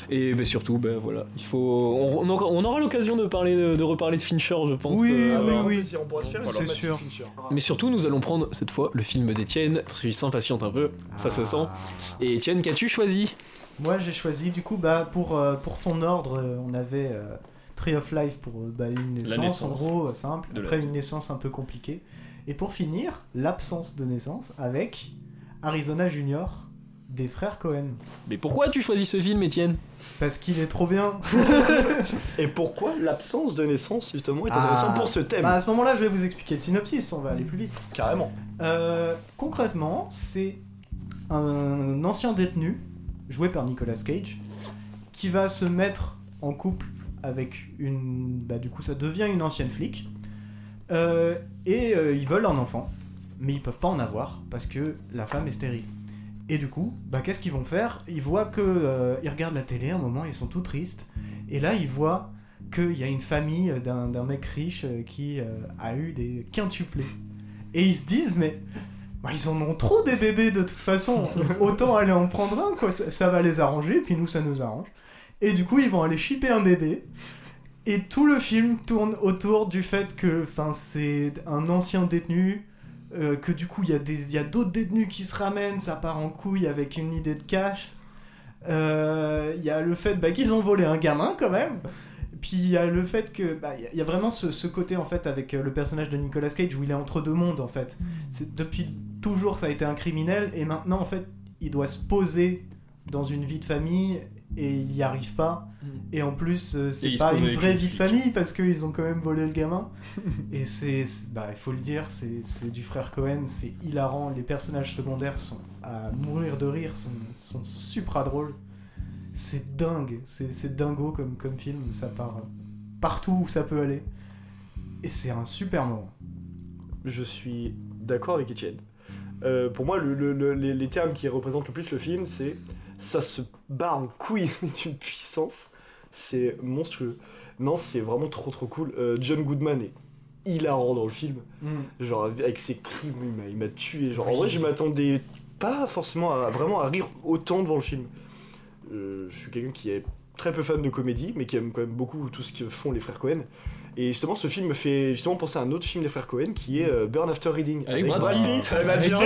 Speaker 1: Et bah, surtout, bah, voilà, il faut. On, on- on aura l'occasion de parler de, de reparler de Fincher, je pense.
Speaker 2: Oui,
Speaker 1: euh,
Speaker 2: Ah oui,
Speaker 1: avant.
Speaker 2: oui.
Speaker 3: on pourra se faire
Speaker 2: Voilà.
Speaker 3: une
Speaker 2: C'est sûr.
Speaker 3: Fincher.
Speaker 1: Mais surtout, nous allons prendre cette fois le film d'Étienne, parce qu'il s'impatiente un peu, ça se sent. Et Étienne, qu'as-tu choisi
Speaker 2: Ah. Moi j'ai choisi du coup bah pour, euh, pour ton ordre euh, on avait euh, Tree of Life pour euh, bah, une naissance, en
Speaker 1: naissance.
Speaker 2: gros euh, simple,
Speaker 1: De la
Speaker 2: après
Speaker 1: vie.
Speaker 2: une naissance un peu compliquée. Et pour finir, l'absence de naissance avec Arizona Junior des frères Cohen.
Speaker 1: Mais pourquoi as-tu choisi ce film, Étienne
Speaker 2: Parce qu'il est trop bien
Speaker 3: Et pourquoi l'absence de naissance, justement, est
Speaker 2: Ah.
Speaker 3: intéressante pour ce thème
Speaker 2: Bah, À ce moment-là je vais vous expliquer le synopsis, on va aller plus vite.
Speaker 3: Carrément.
Speaker 2: Euh, concrètement, c'est un ancien détenu, joué par Nicolas Cage, qui va se mettre en couple avec une. Bah, du coup, ça devient une ancienne flic. Euh, et euh, ils veulent un enfant, mais ils peuvent pas en avoir parce que la femme est stérile. Et du coup, bah, qu'est-ce qu'ils vont faire Ils voient que. euh, ils regardent la télé un moment, ils sont tout tristes. Et là, ils voient qu'il y a une famille d'un d'un mec riche euh, qui euh, a eu des quintuplés. Et ils se disent, mais. bah, ils en ont trop des bébés de toute façon. Autant aller en prendre un, quoi. Ça, ça va les arranger, puis nous, ça nous arrange. Et du coup, ils vont aller chipper un bébé. Et tout le film tourne autour du fait que enfin, c'est un ancien détenu, euh, que du coup, il y a des- il y a d'autres détenus qui se ramènent, ça part en couille avec une idée de cash. Euh, Il y a le fait bah, qu'ils ont volé un gamin quand même. Puis il y a le fait que. bah, Il y a- il y a vraiment ce, ce côté en fait avec euh, le personnage de Nicolas Cage où il est entre deux mondes en fait. C'est- Depuis toujours, ça a été un criminel et maintenant en fait, il doit se poser dans une vie de famille et il n'y arrive pas. Et en plus, euh,
Speaker 1: Mm. Et
Speaker 2: c'est
Speaker 1: il se
Speaker 2: pas
Speaker 1: pose
Speaker 2: une
Speaker 1: avec
Speaker 2: vraie
Speaker 1: les
Speaker 2: vie de
Speaker 1: flics.
Speaker 2: famille parce qu'ils ont quand même volé le gamin. et c'est, c'est- bah, il faut le dire, c'est, c'est du frère Cohen, c'est hilarant. Les personnages secondaires sont à mourir de rire, sont, sont supra drôles. C'est dingue, c'est, c'est dingo comme, comme film, ça part euh, partout où ça peut aller. Et c'est un super moment.
Speaker 3: Je suis d'accord avec Etienne. Euh, pour moi, le- le- le- les, les termes qui représentent le plus le film, c'est ça se bat en couille d'une puissance. C'est monstrueux. Non, c'est vraiment trop trop cool. Euh, John Goodman est hilarant dans le film.
Speaker 1: Mm.
Speaker 3: Genre avec ses cris, il m'a- il m'a tué. Genre en vrai, je m'attendais pas forcément à vraiment à rire autant devant le film. Euh, je suis quelqu'un qui est très peu fan de comédie, mais qui aime quand même beaucoup tout ce que font les frères Cohen. Et justement, ce film me fait justement penser à un autre film des frères Cohen qui est euh, Burn After Reading
Speaker 1: Avec Ah Brad Pitt.
Speaker 3: Ça m'a dit-
Speaker 1: On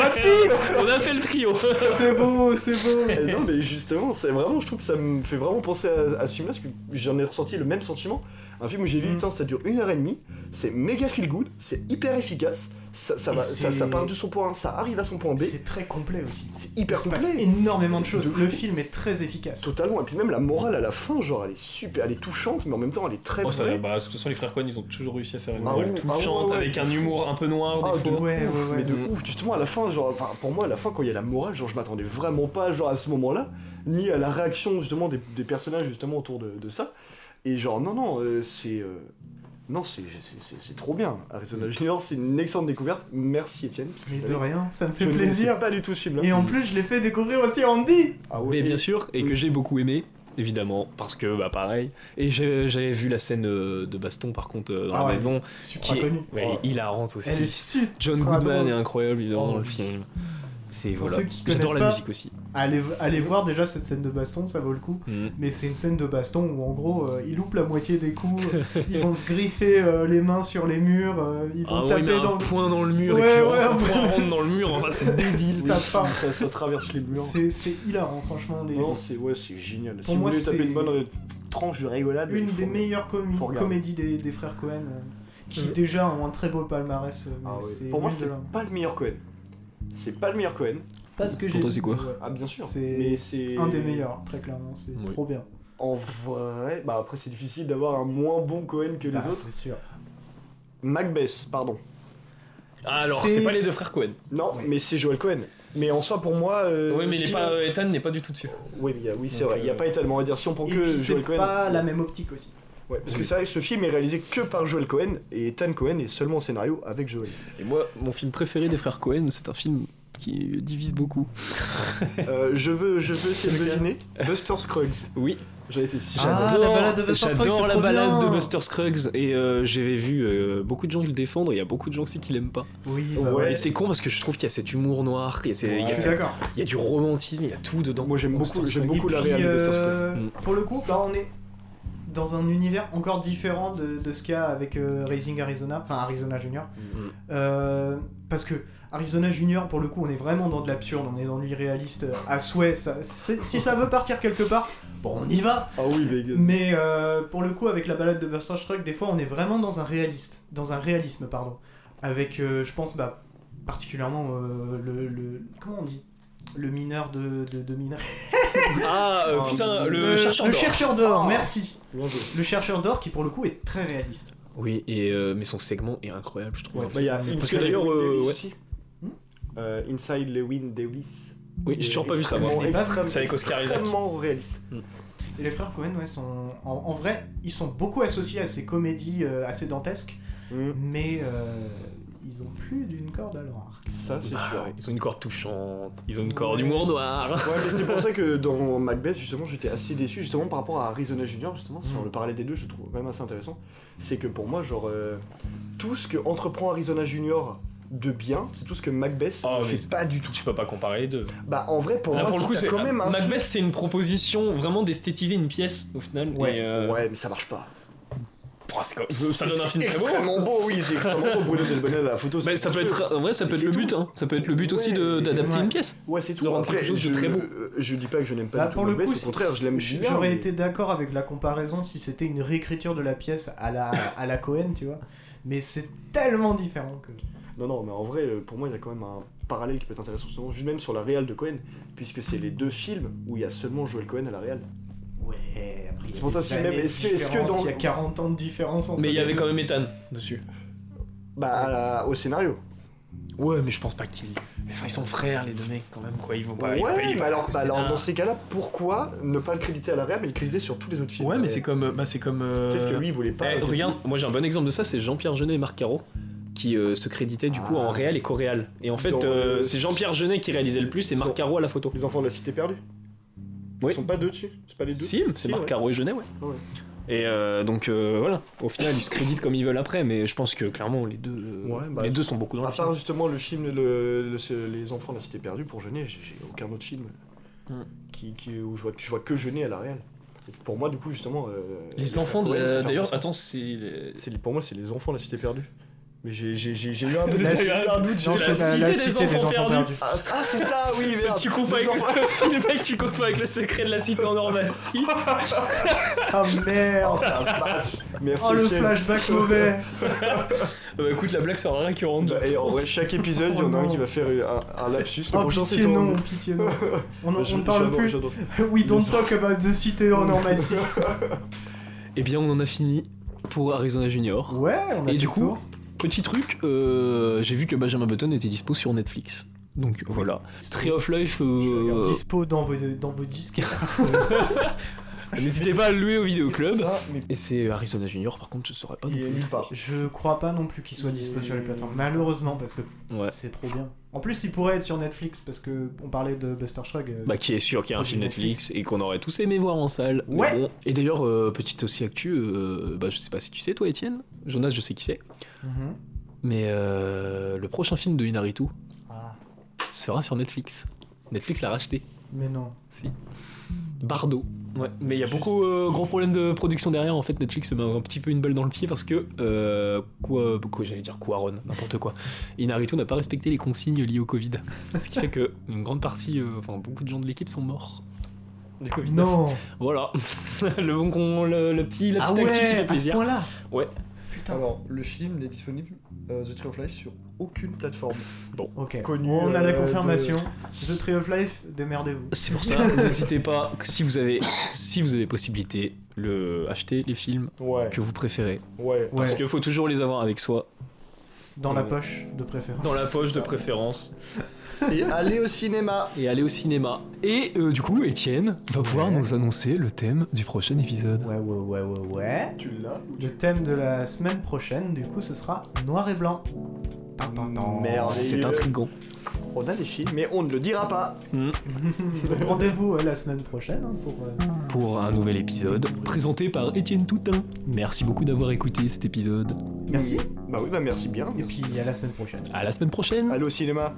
Speaker 1: a fait le trio.
Speaker 2: C'est beau, c'est beau.
Speaker 3: Euh, non mais justement, c'est vraiment, je trouve que ça me fait vraiment penser à, à ce film-là, parce que j'en ai ressenti le même sentiment. Un film où j'ai vu,
Speaker 2: Mm.
Speaker 3: putain, ça dure une heure et demie, c'est méga feel good, c'est hyper efficace, ça, ça
Speaker 2: Et
Speaker 3: va, ça,
Speaker 2: c'est-
Speaker 3: ça part de son point A, ça arrive à son point B,
Speaker 2: C'est très complet aussi.
Speaker 3: c'est
Speaker 2: Il
Speaker 3: hyper
Speaker 2: se passe
Speaker 3: complet.
Speaker 2: énormément de choses.
Speaker 3: De fou.
Speaker 2: Le film est très efficace.
Speaker 3: Totalement, et puis même la morale à la fin, genre elle est super, elle est touchante, mais en même temps elle est très
Speaker 1: Oh, ça,
Speaker 3: vraie.
Speaker 1: bah, de toute façon, les frères Cohen, ils ont toujours réussi à faire
Speaker 2: Bah
Speaker 1: une
Speaker 3: Ah
Speaker 1: morale
Speaker 3: ouais, ah ouais,
Speaker 1: touchante
Speaker 3: ouais.
Speaker 1: avec un humour un peu noir
Speaker 3: Ah,
Speaker 1: des
Speaker 3: de
Speaker 1: fois.
Speaker 3: ouf,
Speaker 2: Ouais, ouais, Mm. ouais.
Speaker 3: mais de ouf, justement à la fin, genre, enfin, pour moi à la fin quand il y a la morale, genre je m'attendais vraiment pas genre à ce moment-là, ni à la réaction justement des, des personnages justement autour de, de ça. Et genre non non, euh, c'est euh, non c'est c'est- c'est- c'est trop bien. Arizona Junior, c'est une excellente découverte. Merci Étienne. parce que
Speaker 2: Mm. Mais
Speaker 3: je
Speaker 2: de
Speaker 3: savais-
Speaker 2: rien, ça me fait
Speaker 3: je ne
Speaker 2: plaisir.
Speaker 3: connaissais pas du tout ce film-là.
Speaker 2: Et en plus, je l'ai fait découvrir aussi à Andy.
Speaker 3: Ah ouais,
Speaker 1: Mais
Speaker 3: et-
Speaker 1: bien sûr, et que j'ai beaucoup aimé, évidemment, parce que, bah, pareil. Et j'ai- j'avais vu la scène euh, de baston, par contre, euh, dans
Speaker 2: Ah
Speaker 1: la
Speaker 2: ouais.
Speaker 1: maison,
Speaker 2: Super
Speaker 1: qui est
Speaker 2: connu.
Speaker 1: ouais, hilarante aussi.
Speaker 2: Elle est super.
Speaker 1: John
Speaker 2: Ah,
Speaker 1: Goodman
Speaker 2: non.
Speaker 1: est incroyable, évidemment,
Speaker 2: Oh.
Speaker 1: dans le film. C'est
Speaker 2: Pour
Speaker 1: voilà.
Speaker 2: ceux qui
Speaker 1: J'adore la
Speaker 2: connaissent pas,
Speaker 1: musique aussi.
Speaker 2: Allez, allez voir déjà cette scène de baston, ça vaut le coup.
Speaker 1: Mm.
Speaker 2: Mais c'est une scène de baston où en gros, euh, ils loupent la moitié des coups, euh, ils vont se griffer euh, les mains sur les murs, euh, ils
Speaker 1: Ah
Speaker 2: vont
Speaker 1: ouais, il met
Speaker 2: taper
Speaker 1: un
Speaker 2: dans le.
Speaker 1: poing dans le mur,
Speaker 2: Ouais,
Speaker 1: et puis
Speaker 2: ouais,
Speaker 1: un
Speaker 2: ouais.
Speaker 1: poing rentre dans le mur, enfin c'est débile.
Speaker 3: oui,
Speaker 2: ça part.
Speaker 3: ça, ça traverse les murs. Oh.
Speaker 2: C'est c'est hilarant, franchement. Les...
Speaker 3: Non c'est ouais c'est génial.
Speaker 2: Pour
Speaker 3: si
Speaker 2: moi,
Speaker 3: vous voulez taper
Speaker 2: c'est-
Speaker 3: une bonne euh, tranche de rigolade,
Speaker 2: Une
Speaker 3: il faut-
Speaker 2: des meilleures comi-
Speaker 3: faut regarder.
Speaker 2: comédies des, des frères Cohen, euh, qui
Speaker 3: Euh.
Speaker 2: déjà ont un très beau palmarès. euh, mais
Speaker 3: Ah ouais.
Speaker 2: c'est
Speaker 3: Pour moi
Speaker 2: l'une de
Speaker 3: c'est
Speaker 2: leurs-
Speaker 3: pas le meilleur Cohen. C'est pas le meilleur Cohen.
Speaker 2: Parce que
Speaker 1: Pour
Speaker 2: j'ai.
Speaker 1: toi, c'est quoi
Speaker 2: Ouais.
Speaker 3: Ah bien sûr.
Speaker 2: C'est
Speaker 3: mais c'est
Speaker 2: Un des meilleurs, très clairement, c'est
Speaker 1: Oui.
Speaker 2: trop bien.
Speaker 3: En vrai, bah après c'est difficile d'avoir un moins bon Cohen que les
Speaker 2: Ah,
Speaker 3: autres.
Speaker 2: c'est sûr.
Speaker 3: Macbeth, pardon.
Speaker 1: Ah, alors, c'est
Speaker 2: C'est-
Speaker 1: pas les deux frères Cohen.
Speaker 3: Non,
Speaker 2: Ouais.
Speaker 3: mais c'est Joel Cohen. Mais en soi pour moi. euh,
Speaker 1: Ouais, mais il est
Speaker 3: si-
Speaker 1: pas, euh, Ethan n'est pas du tout dessus.
Speaker 3: Oui, mais il y a- oui c'est
Speaker 1: Donc,
Speaker 3: vrai. Il n'y a
Speaker 1: euh,
Speaker 3: pas tellement à dire si on prend
Speaker 2: Et
Speaker 3: que
Speaker 2: puis c'est
Speaker 3: Joel Cohen.
Speaker 2: pas la même optique aussi.
Speaker 3: Ouais, parce
Speaker 1: Oui.
Speaker 3: que c'est vrai que ce film est réalisé que par Joel Cohen et Ethan Cohen est seulement au scénario avec Joel.
Speaker 1: Et moi, mon film préféré des frères Cohen, c'est un film qui divise beaucoup.
Speaker 3: Euh, je veux, je veux essayer de
Speaker 1: lequel
Speaker 3: deviner. Buster Scruggs.
Speaker 1: Oui,
Speaker 3: J'ai été si.
Speaker 2: Ah, la balade de Buster Scruggs,
Speaker 1: J'adore
Speaker 2: c'est
Speaker 1: la
Speaker 2: trop
Speaker 1: balade
Speaker 2: bien.
Speaker 1: de Buster Scruggs et euh, j'avais vu euh, beaucoup de gens qui le défendent et il y a beaucoup de gens aussi qui l'aiment pas.
Speaker 2: Oui,
Speaker 3: bah Ouais.
Speaker 1: Et c'est con parce que je trouve qu'il y a cet humour noir, il y, a ces- il y a
Speaker 3: Ouais.
Speaker 1: ces-
Speaker 2: d'accord.
Speaker 1: il y a du romantisme, il y a tout dedans.
Speaker 3: Moi, j'aime
Speaker 1: Buster
Speaker 3: beaucoup- j'aime
Speaker 1: Scruggs.
Speaker 3: beaucoup la
Speaker 2: Et puis,
Speaker 3: réal de Buster
Speaker 2: euh,
Speaker 1: Scruggs.
Speaker 2: Pour le coup, là on est dans un univers encore différent de, de ce qu'il y a avec euh, Raising Arizona, enfin Arizona Junior.
Speaker 3: Mm.
Speaker 1: Mhm.
Speaker 2: Euh, parce que Arizona Junior, pour le coup, on est vraiment dans de l'absurde, on est dans de l'irréaliste euh, à souhait. ça- c'est- si ça veut partir quelque part, bon, on y va.
Speaker 3: Ah oui, mais-
Speaker 2: Mais euh, pour le coup, avec la balade de Buster Struck, des fois, on est vraiment dans un réaliste, dans un réalisme, pardon. Avec, euh, je pense, bah, particulièrement euh, le, le- comment on dit, le mineur de de, de minerais.
Speaker 1: Ah euh,
Speaker 3: Ah,
Speaker 1: putain,
Speaker 3: oui.
Speaker 1: le,
Speaker 2: Euh,
Speaker 1: chercheur.
Speaker 2: le
Speaker 1: d'or.
Speaker 2: chercheur d'or,
Speaker 3: Ah.
Speaker 2: merci.
Speaker 3: Bien joué.
Speaker 2: Le chercheur d'or qui, pour le coup, est très réaliste.
Speaker 1: Oui, et euh, mais son segment est incroyable, je trouve.
Speaker 2: Ouais.
Speaker 3: Bah, il y a
Speaker 1: Parce que
Speaker 3: Inside
Speaker 1: d'ailleurs,
Speaker 3: Lewin
Speaker 1: euh,
Speaker 3: Davis
Speaker 1: ouais.
Speaker 3: aussi.
Speaker 2: Hmm
Speaker 3: Euh, Inside Lewin Davis.
Speaker 1: Oui, j'ai toujours pas vu ça. moi.
Speaker 2: Je l'ai pas vu.
Speaker 1: C'est avec Oscar Isaac.
Speaker 3: extrêmement réaliste.
Speaker 1: Hmm.
Speaker 2: Et les frères Cohen, ouais, sont. En, en vrai, ils sont beaucoup associés à ces comédies euh, assez dantesques,
Speaker 3: Hmm,
Speaker 2: mais euh, ils ont plus d'une corde à leur arc.
Speaker 3: Ça, c'est
Speaker 1: Bah,
Speaker 3: sûr.
Speaker 1: Ils ont une corde touchante, ils ont une corde
Speaker 2: Ouais.
Speaker 1: humour noir.
Speaker 3: Ouais, mais c'est pour ça que dans Macbeth, justement, j'étais assez déçu, justement, par rapport à Arizona Junior, justement, si
Speaker 1: Hmm.
Speaker 3: on
Speaker 2: Mm.
Speaker 3: le parlait des deux, je trouve même assez intéressant. C'est que pour moi, genre, euh, tout ce que entreprend Arizona Junior de bien, c'est tout ce que Macbeth
Speaker 1: Ah,
Speaker 3: ne
Speaker 1: mais
Speaker 3: fait pas du tout.
Speaker 1: Tu peux pas comparer les deux.
Speaker 3: Bah, en vrai, pour
Speaker 1: Là,
Speaker 3: moi,
Speaker 1: pour le coup,
Speaker 3: t'as
Speaker 1: c'est
Speaker 3: quand même un.
Speaker 1: Macbeth, c'est une proposition vraiment d'esthétiser une pièce au final.
Speaker 2: Ouais.
Speaker 1: et, euh,
Speaker 3: Ouais, mais ça marche pas.
Speaker 1: oh, c'est quand- ça donne un film très beau.
Speaker 3: extrêmement beau, oui, c'est extrêmement beau. Bruno Delbonnel à la photo.
Speaker 1: Bah,
Speaker 3: c'est
Speaker 1: ça peut
Speaker 3: monstrueux.
Speaker 1: être, en vrai, ça peut
Speaker 3: Et
Speaker 1: être
Speaker 3: c'est
Speaker 1: le
Speaker 3: tout.
Speaker 1: but. hein. Ça peut être le but aussi de-
Speaker 3: Ouais,
Speaker 1: d'adapter
Speaker 2: ouais.
Speaker 1: une pièce.
Speaker 3: Ouais, c'est tout.
Speaker 1: de rendre
Speaker 3: Après,
Speaker 1: quelque chose de
Speaker 3: je,
Speaker 1: très beau.
Speaker 3: euh, Je dis pas que je n'aime pas
Speaker 2: Bah,
Speaker 3: du tout
Speaker 2: pour le
Speaker 3: Macbeth,
Speaker 2: coup,
Speaker 3: au contraire, je l'aime
Speaker 2: c-
Speaker 3: bien.
Speaker 2: j'aurais
Speaker 3: mais-
Speaker 2: été d'accord avec la comparaison si c'était une réécriture de la pièce à la, à la Cohen, tu vois. Mais c'est tellement différent que.
Speaker 3: Non, non, mais en vrai, euh, pour moi, il y a quand même un parallèle qui peut être intéressant, justement, juste même sur la réal de Cohen, puisque c'est les deux films où il y a seulement Joel Cohen à la réal.
Speaker 2: Ouais, après, il y
Speaker 3: C'est
Speaker 2: a
Speaker 3: pour ça,
Speaker 2: des
Speaker 3: c'est même-
Speaker 2: années de
Speaker 3: est-ce que- est-ce que
Speaker 2: différence,
Speaker 3: dans-
Speaker 2: il y a 40 ans de différence entre
Speaker 1: Mais il y
Speaker 2: les
Speaker 1: avait
Speaker 2: deux.
Speaker 1: quand même Ethan dessus.
Speaker 3: Bah, à la- au scénario.
Speaker 1: Ouais, mais je pense pas qu'ils. Enfin, ils sont frères, les deux mecs, quand même, quoi. Ils vont pas. ils vont pas- Ah. ils
Speaker 3: ouais,
Speaker 1: vont
Speaker 3: mais
Speaker 1: pas
Speaker 3: alors,
Speaker 1: rester
Speaker 3: bah, alors,
Speaker 1: là.
Speaker 3: dans ces cas-là, pourquoi ne pas le créditer à la réal, mais le créditer sur tous les autres films
Speaker 1: Ouais, mais
Speaker 3: Euh,
Speaker 1: c'est comme. Bah, c'est comme. euh,
Speaker 3: Peut-être que lui, il voulait pas.
Speaker 1: eh, regarde, moi j'ai un bon exemple de ça, c'est Jean-Pierre Jeunet et Marc Caro qui euh, se créditaient du coup
Speaker 3: Ah.
Speaker 1: en réel et coréal. Et en fait,
Speaker 3: Dans,
Speaker 1: euh,
Speaker 3: euh,
Speaker 1: c'est Jean-Pierre Jeunet qui réalisait le plus et Marc
Speaker 3: Dans-
Speaker 1: Caro à la photo.
Speaker 3: Les enfants de la cité perdue.
Speaker 1: Oui.
Speaker 3: Ils sont pas deux dessus C'est pas les deux
Speaker 1: Si, c'est
Speaker 3: Si,
Speaker 1: Marc
Speaker 3: ouais.
Speaker 1: Caro et Jeunet, ouais.
Speaker 3: Ouais.
Speaker 1: Et euh, donc euh, voilà, au final ils se créditent comme ils veulent après, mais je pense que clairement les deux, euh,
Speaker 3: Ouais, bah,
Speaker 1: les deux sont beaucoup dans
Speaker 3: À
Speaker 1: le film.
Speaker 3: part justement le film le- le- ce- Les enfants de la cité perdue pour Jeunet, j'ai j'ai aucun autre film euh,
Speaker 1: Hmm.
Speaker 3: qui, qui- où je vois, je vois que Jeunet à la réal. Et Pour moi, du coup, justement. euh,
Speaker 1: Les enfants de
Speaker 3: Coen, ça
Speaker 1: la...
Speaker 3: fait
Speaker 1: D'ailleurs,
Speaker 3: penser.
Speaker 1: attends, c'est... les-
Speaker 3: C'est- Pour moi, c'est les enfants de la cité perdue. Mais j'ai j'ai- j'ai- j'ai eu un doute.
Speaker 2: La
Speaker 3: j'ai eu
Speaker 1: cité-
Speaker 3: un doute, j'ai
Speaker 2: Non,
Speaker 3: eu
Speaker 1: C'est
Speaker 2: c'est
Speaker 1: la
Speaker 3: un
Speaker 2: la,
Speaker 1: cité
Speaker 2: la
Speaker 1: des
Speaker 2: cité des
Speaker 1: enfants
Speaker 2: enfants
Speaker 1: perdus.
Speaker 2: perdus.
Speaker 3: Ah, ah, c'est ça, oui,
Speaker 1: C'est-
Speaker 3: merde.
Speaker 1: tu confonds
Speaker 3: Les
Speaker 1: avec-
Speaker 3: enfants-
Speaker 1: les mecs, tu confonds avec le secret de la cité en or massif.
Speaker 2: Ah merde
Speaker 3: Merci,
Speaker 2: Oh le
Speaker 3: Étienne.
Speaker 2: flashback mauvais
Speaker 1: Bah écoute, la blague sera récurrente.
Speaker 3: Bah, Et en vrai, chaque épisode, il y en a un qui va faire un, un lapsus. Le
Speaker 2: Oh
Speaker 3: prochain, c'est
Speaker 2: pitié
Speaker 3: toi.
Speaker 2: non, pitié non On, on
Speaker 3: Je-
Speaker 2: ne parle
Speaker 3: j'adore,
Speaker 2: plus
Speaker 3: j'adore.
Speaker 2: We don't talk about the cité en normative
Speaker 1: Eh bien, on en a fini pour Arizona Junior.
Speaker 2: Ouais, on a
Speaker 1: Et
Speaker 2: fait
Speaker 1: du
Speaker 2: le
Speaker 1: coup,
Speaker 2: tour.
Speaker 1: Petit truc, euh, j'ai vu que Benjamin Button était dispo sur Netflix. Donc voilà. Tree of Life, euh,
Speaker 2: Dispo dans vos, dans vos disques.
Speaker 1: n'hésitez pas à le louer au vidéoclub.
Speaker 3: Ça, mais
Speaker 1: Et c'est Arizona Junior, par contre, je saurais pas. non
Speaker 3: il est nulle part.
Speaker 2: Je crois pas non plus qu'il soit dispo sur les plateformes. Malheureusement, parce que
Speaker 1: plus. Ouais.
Speaker 2: c'est trop bien. En plus, il pourrait être sur Netflix, parce que on parlait de Buster Shrug. euh,
Speaker 1: Bah, qui est sûr qu'il y a un film Netflix et qu'on aurait tous aimé voir en salle. Mais
Speaker 2: Ouais.
Speaker 1: bon. Et d'ailleurs, euh, petite aussi actu, euh, bah, je sais pas si tu sais, toi, Étienne. Jonas, je sais qui c'est.
Speaker 2: mhm.
Speaker 1: Mais euh, le prochain film de Inaritu
Speaker 2: Ah,
Speaker 1: sera sur Netflix. Netflix l'a racheté.
Speaker 2: mais non.
Speaker 1: Si. Bardo. Ouais, mais il y a beaucoup euh, gros problèmes de production derrière. En fait, Netflix se met un petit peu une balle dans le pied parce que euh, quoi, quoi j'allais dire Quaron, n'importe quoi. Inarito n'a pas respecté les consignes liées au Covid, ce qui fait que une grande partie, euh, enfin beaucoup de gens de l'équipe sont morts du Covid.
Speaker 2: Non
Speaker 1: Voilà, le bon con, le, le petit, la
Speaker 2: Ah
Speaker 1: petite actu qui fait
Speaker 2: ouais, à ce
Speaker 1: plaisir.
Speaker 2: point-là
Speaker 1: Ouais.
Speaker 2: Putain.
Speaker 3: Alors, le film n'est disponible, euh, The Tree of Life, sur aucune plateforme.
Speaker 2: Ok,
Speaker 3: Connu,
Speaker 2: on a
Speaker 3: euh,
Speaker 2: la
Speaker 3: de-
Speaker 2: confirmation. The Tree of Life, démerdez-vous.
Speaker 1: C'est pour ça, n'hésitez pas, que si vous avez, si vous avez possibilité, le acheter les films
Speaker 3: Ouais,
Speaker 1: que vous préférez,
Speaker 3: ouais.
Speaker 2: Ouais,
Speaker 1: parce qu'il faut toujours les avoir avec soi,
Speaker 2: dans la poche de préférence.
Speaker 1: dans la poche de préférence.
Speaker 3: Et aller au cinéma
Speaker 1: et aller au cinéma. Et euh, du coup, Étienne va pouvoir
Speaker 2: Ouais.
Speaker 1: nous annoncer le thème du prochain épisode.
Speaker 2: Ouais, ouais, ouais, ouais, ouais.
Speaker 3: Tu l'as
Speaker 2: Le thème de la semaine prochaine, du coup, ce sera noir et blanc. Tan, tan, tan.
Speaker 3: Merde.
Speaker 1: C'est
Speaker 3: Merveilleux.
Speaker 1: intriguant.
Speaker 3: On a les films, mais on ne le dira pas.
Speaker 2: Donc rendez-vous euh, la semaine prochaine hein, pour. euh,
Speaker 1: Pour un nouvel épisode présenté par Étienne Toutin. Merci beaucoup d'avoir écouté cet épisode.
Speaker 2: Merci.
Speaker 3: Bah oui, bah merci bien.
Speaker 2: Et puis à la semaine prochaine.
Speaker 1: À la semaine prochaine.
Speaker 3: Aller au cinéma.